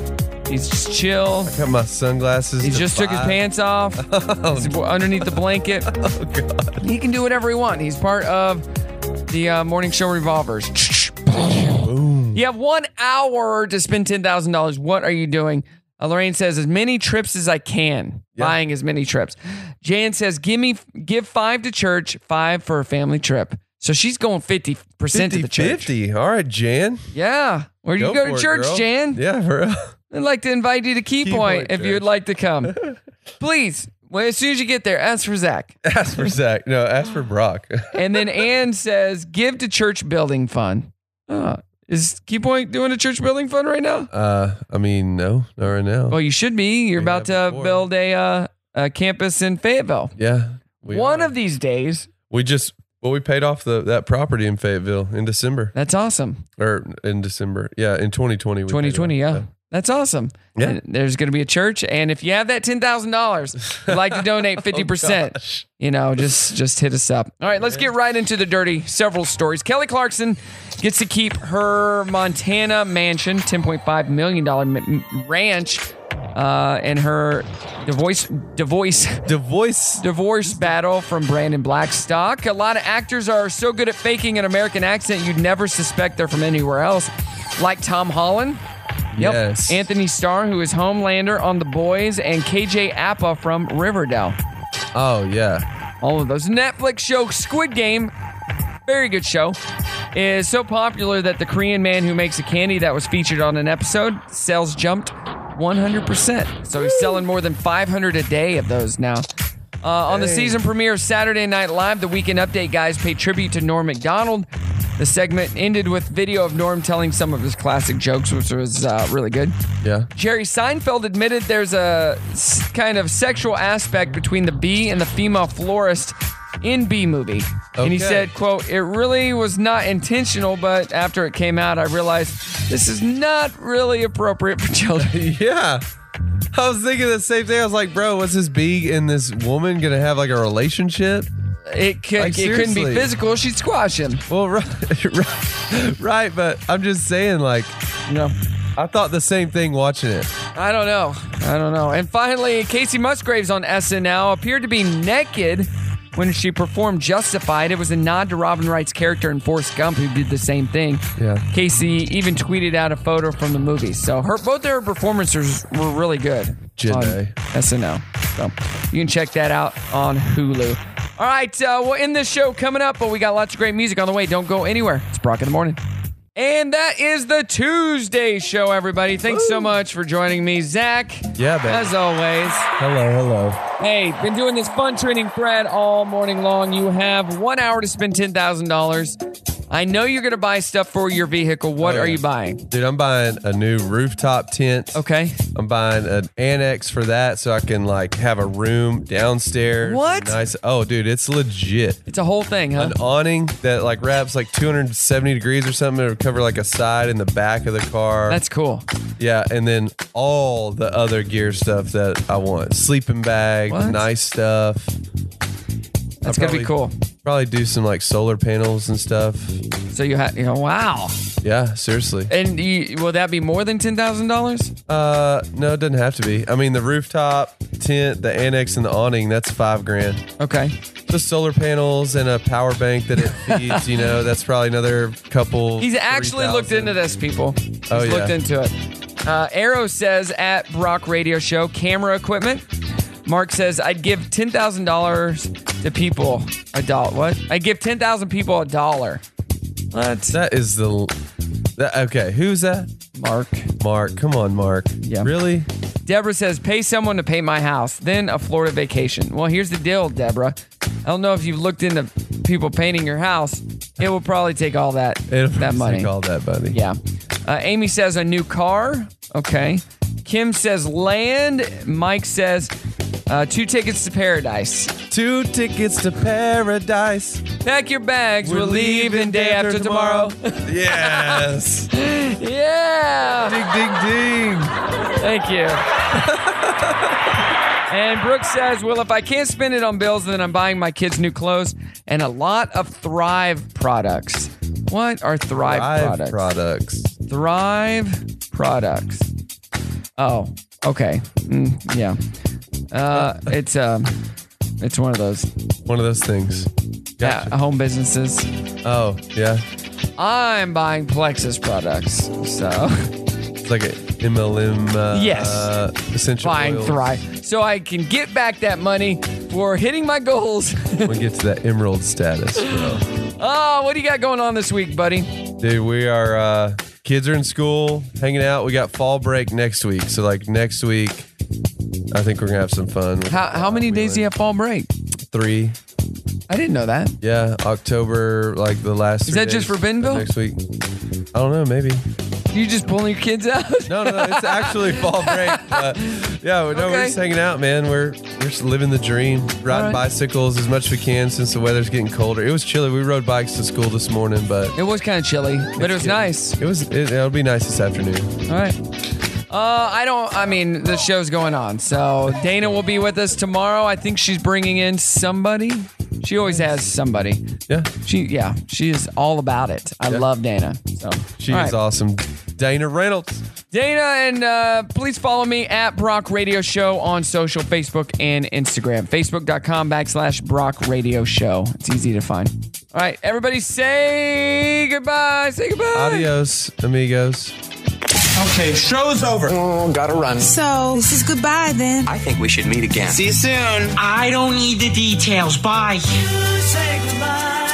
Speaker 2: He's just chill.
Speaker 4: I got my sunglasses.
Speaker 2: He
Speaker 4: to
Speaker 2: just took his
Speaker 4: five.
Speaker 2: pants off. He's underneath the blanket. Oh
Speaker 4: Oh, god.
Speaker 2: He can do whatever he wants. He's part of the uh, morning show revolvers. You have one hour to spend ten thousand dollars. What are you doing? Uh, Lorraine says as many trips as I can, buying as many trips. Jan says give me give five to church, five for a family trip. So she's going fifty percent to the church.
Speaker 4: 50. All right, Jan.
Speaker 2: Yeah, where do you go
Speaker 4: for
Speaker 2: to
Speaker 4: it,
Speaker 2: church,
Speaker 4: girl.
Speaker 2: Jan?
Speaker 4: Yeah, for real.
Speaker 2: I'd like to invite you to Key,
Speaker 4: Key
Speaker 2: Point,
Speaker 4: Point
Speaker 2: if you'd like to come. Please, well, as soon as you get there, ask for Zach.
Speaker 4: Ask for Zach. No, ask for Brock.
Speaker 2: And then Ann says give to church building fund. Uh, is Key Point doing a church building fund right now?
Speaker 4: Uh, I mean, no, not right now.
Speaker 2: Well, you should be. You're about to build a, uh, a campus in Fayetteville.
Speaker 4: yeah,
Speaker 2: One of these days.
Speaker 4: we just well, we paid off the that property in Fayetteville in December.
Speaker 2: That's awesome.
Speaker 4: Or in December, yeah, in 2020. We paid
Speaker 2: 2020, yeah.
Speaker 4: off.
Speaker 2: That's awesome.
Speaker 4: Yeah.
Speaker 2: And there's going to be a church. And if you have that $10,000, I'd like to
Speaker 4: Oh,
Speaker 2: donate 50%. you know, just just hit us up. All right, let's get right into the dirty several stories. Kelly Clarkson gets to keep her Montana mansion, $10.5 million m- ranch. Uh, and her divorce, divorce,
Speaker 4: divorce,
Speaker 2: divorce battle from Brandon Blackstock. A lot of actors are so good at faking an American accent, you'd never suspect they're from anywhere else. Like Tom Holland, Yep.
Speaker 4: Yes.
Speaker 2: Anthony Starr, who is Homelander on The Boys, and KJ Appa from Riverdale.
Speaker 4: Oh, yeah.
Speaker 2: All of those. Netflix show Squid Game, very good show, is so popular that the Korean man who makes a candy that was featured on an episode sales jumped 100%. So he's selling more than 500 a day of those now. Uh, on the
Speaker 3: Dang.
Speaker 2: season premiere of Saturday Night Live, the Weekend Update guys pay tribute to Norm MacDonald. The segment ended with video of Norm telling some of his classic jokes, which was uh, really good.
Speaker 4: Yeah.
Speaker 2: Jerry Seinfeld admitted there's a s- kind of sexual aspect between the bee and the female florist in Bee Movie. And he
Speaker 3: Okay.
Speaker 2: said, quote, it really was not intentional, but after it came out, I realized this is not really appropriate for children.
Speaker 4: yeah. I was thinking the same thing. I was like, bro, what's this big and this woman gonna have like a relationship?
Speaker 2: It, could,
Speaker 4: Like,
Speaker 2: it couldn't be
Speaker 4: seriously.
Speaker 2: physical. She'd squash him.
Speaker 4: Well, right, right, right, but I'm just saying, like,
Speaker 2: no,
Speaker 4: I thought the same thing watching it.
Speaker 2: I don't know. I don't know. And finally, Casey Musgraves on SNL appeared to be naked When she performed Justified, it was a nod to Robin Wright's character in Forrest Gump, who did the same thing.
Speaker 4: Yeah.
Speaker 2: Casey even tweeted out a photo from the movie. So her both their performances were really good.
Speaker 4: Jhené.
Speaker 2: on SNL. So you can check that out on Hulu. All right, uh, we'll end this show coming up, but we got lots of great music on the way. Don't go anywhere. It's Brock in the morning. And that is the Tuesday show, everybody. Thanks so much for joining me, Zach.
Speaker 4: Yeah, babe.
Speaker 2: As always.
Speaker 4: Hello, hello.
Speaker 2: Hey, been doing this fun training thread all morning long. You have one hour to spend ten thousand dollars. I know you're gonna buy stuff for your vehicle. What
Speaker 4: Oh,
Speaker 2: are
Speaker 4: yeah.
Speaker 2: you buying?
Speaker 4: Dude, I'm buying a new rooftop tent.
Speaker 2: Okay.
Speaker 4: I'm buying an annex for that so I can like have a room downstairs.
Speaker 2: What?
Speaker 4: Nice. Oh, dude, it's legit.
Speaker 2: It's a whole thing, huh?
Speaker 4: An awning that like wraps like 270 degrees or something. It'll cover like a side and the back of the car.
Speaker 2: That's cool.
Speaker 4: Yeah, and then all the other gear stuff that I want. Sleeping bag,
Speaker 2: What?
Speaker 4: nice stuff.
Speaker 2: That's gonna be cool.
Speaker 4: Probably do some like solar panels and stuff.
Speaker 2: So you have, you know, wow.
Speaker 4: Yeah, seriously.
Speaker 2: And you, will that be more than ten thousand dollars?
Speaker 4: Uh, no, it doesn't have to be. I mean, the rooftop tent, the annex, and the awning—that's five grand.
Speaker 2: Okay.
Speaker 4: The solar panels and a power bank that it feeds, you know, that's probably another couple.
Speaker 2: He's actually looked into this, people. He's
Speaker 4: Oh, yeah.
Speaker 2: looked into it. Uh, Arrow says at Brock Radio Show, camera equipment. Mark says, I'd give ten thousand dollars to people a dollar. What? I'd give ten thousand people a dollar. What?
Speaker 4: That is the. That, okay, who's that?
Speaker 2: Mark.
Speaker 4: Mark, come on, Mark. Yeah. Really?
Speaker 2: Deborah says, pay someone to paint my house, then a Florida vacation. Well, here's the deal, Deborah. I don't know if you've looked into people painting your house. It will probably take all that
Speaker 4: It'll
Speaker 2: that money.
Speaker 4: Take all that, buddy.
Speaker 2: Yeah. Uh, Amy says a new car. Okay. Kim says land. Mike says uh, two tickets to paradise.
Speaker 4: Two tickets to paradise.
Speaker 2: Pack your bags. We're, leaving day after tomorrow.
Speaker 4: yes.
Speaker 2: yeah.
Speaker 4: Ding, ding, ding.
Speaker 2: Thank you. and Brooke says, Well, if I can't spend it on bills, then I'm buying my kids new clothes and a lot of Thrive products. What are Thrive,
Speaker 4: Thrive
Speaker 2: products? Thrive products. Oh, okay. Mm, yeah. Uh, it's um, it's one of those.
Speaker 4: One of those things.
Speaker 2: Yeah, home businesses.
Speaker 4: Oh, yeah.
Speaker 2: I'm buying Plexus products. So.
Speaker 4: It's like a MLM. Uh,
Speaker 2: Yes.
Speaker 4: Uh, essential
Speaker 2: Buying
Speaker 4: oils.
Speaker 2: Thrive. So I can get back that money for hitting my goals.
Speaker 4: We'll get to that emerald status, bro.
Speaker 2: oh, what do you got going on this week, buddy?
Speaker 4: Dude, we are uh kids are in school, hanging out. We got fall break next week. So like next week, I think we're gonna have some fun.
Speaker 2: How, how many days do you have fall break?
Speaker 4: Three.
Speaker 2: I didn't know that.
Speaker 4: Yeah, October, like the last.
Speaker 2: Is
Speaker 4: three
Speaker 2: that just
Speaker 4: days
Speaker 2: for Bentonville?
Speaker 4: of Next week. I don't know, maybe.
Speaker 2: You just pulling your kids out?
Speaker 4: No, no, no, it's actually fall break. but yeah, no, we're
Speaker 2: Okay.
Speaker 4: just hanging out, man. We're we're just living the dream, riding
Speaker 2: right.
Speaker 4: bicycles as much as we can since the weather's getting colder. It was chilly. We rode bikes to school this morning, but
Speaker 2: It was kind of chilly, but it was nice.
Speaker 4: It was. It, it'll be nice this afternoon.
Speaker 2: All right. Uh, I don't. I mean, the show's going on, so Dana will be with us tomorrow. I think she's bringing in somebody. She always has somebody.
Speaker 4: Yeah.
Speaker 2: She. Yeah. She is all about it. I love Dana. So
Speaker 4: She
Speaker 2: all right.
Speaker 4: is awesome. Dana Reynolds.
Speaker 2: Dana, and uh, please follow me at Brock Radio Show on social, Facebook and Instagram. Facebook.com backslash Brock Radio Show. It's easy to find. All right, everybody say goodbye. Say goodbye.
Speaker 4: Adios, amigos.
Speaker 3: Okay, show's over. Oh, gotta run.
Speaker 21: So, this is goodbye then.
Speaker 3: I think we should meet again.
Speaker 21: See you soon.
Speaker 3: I don't need the details. Bye.
Speaker 21: You say goodbye.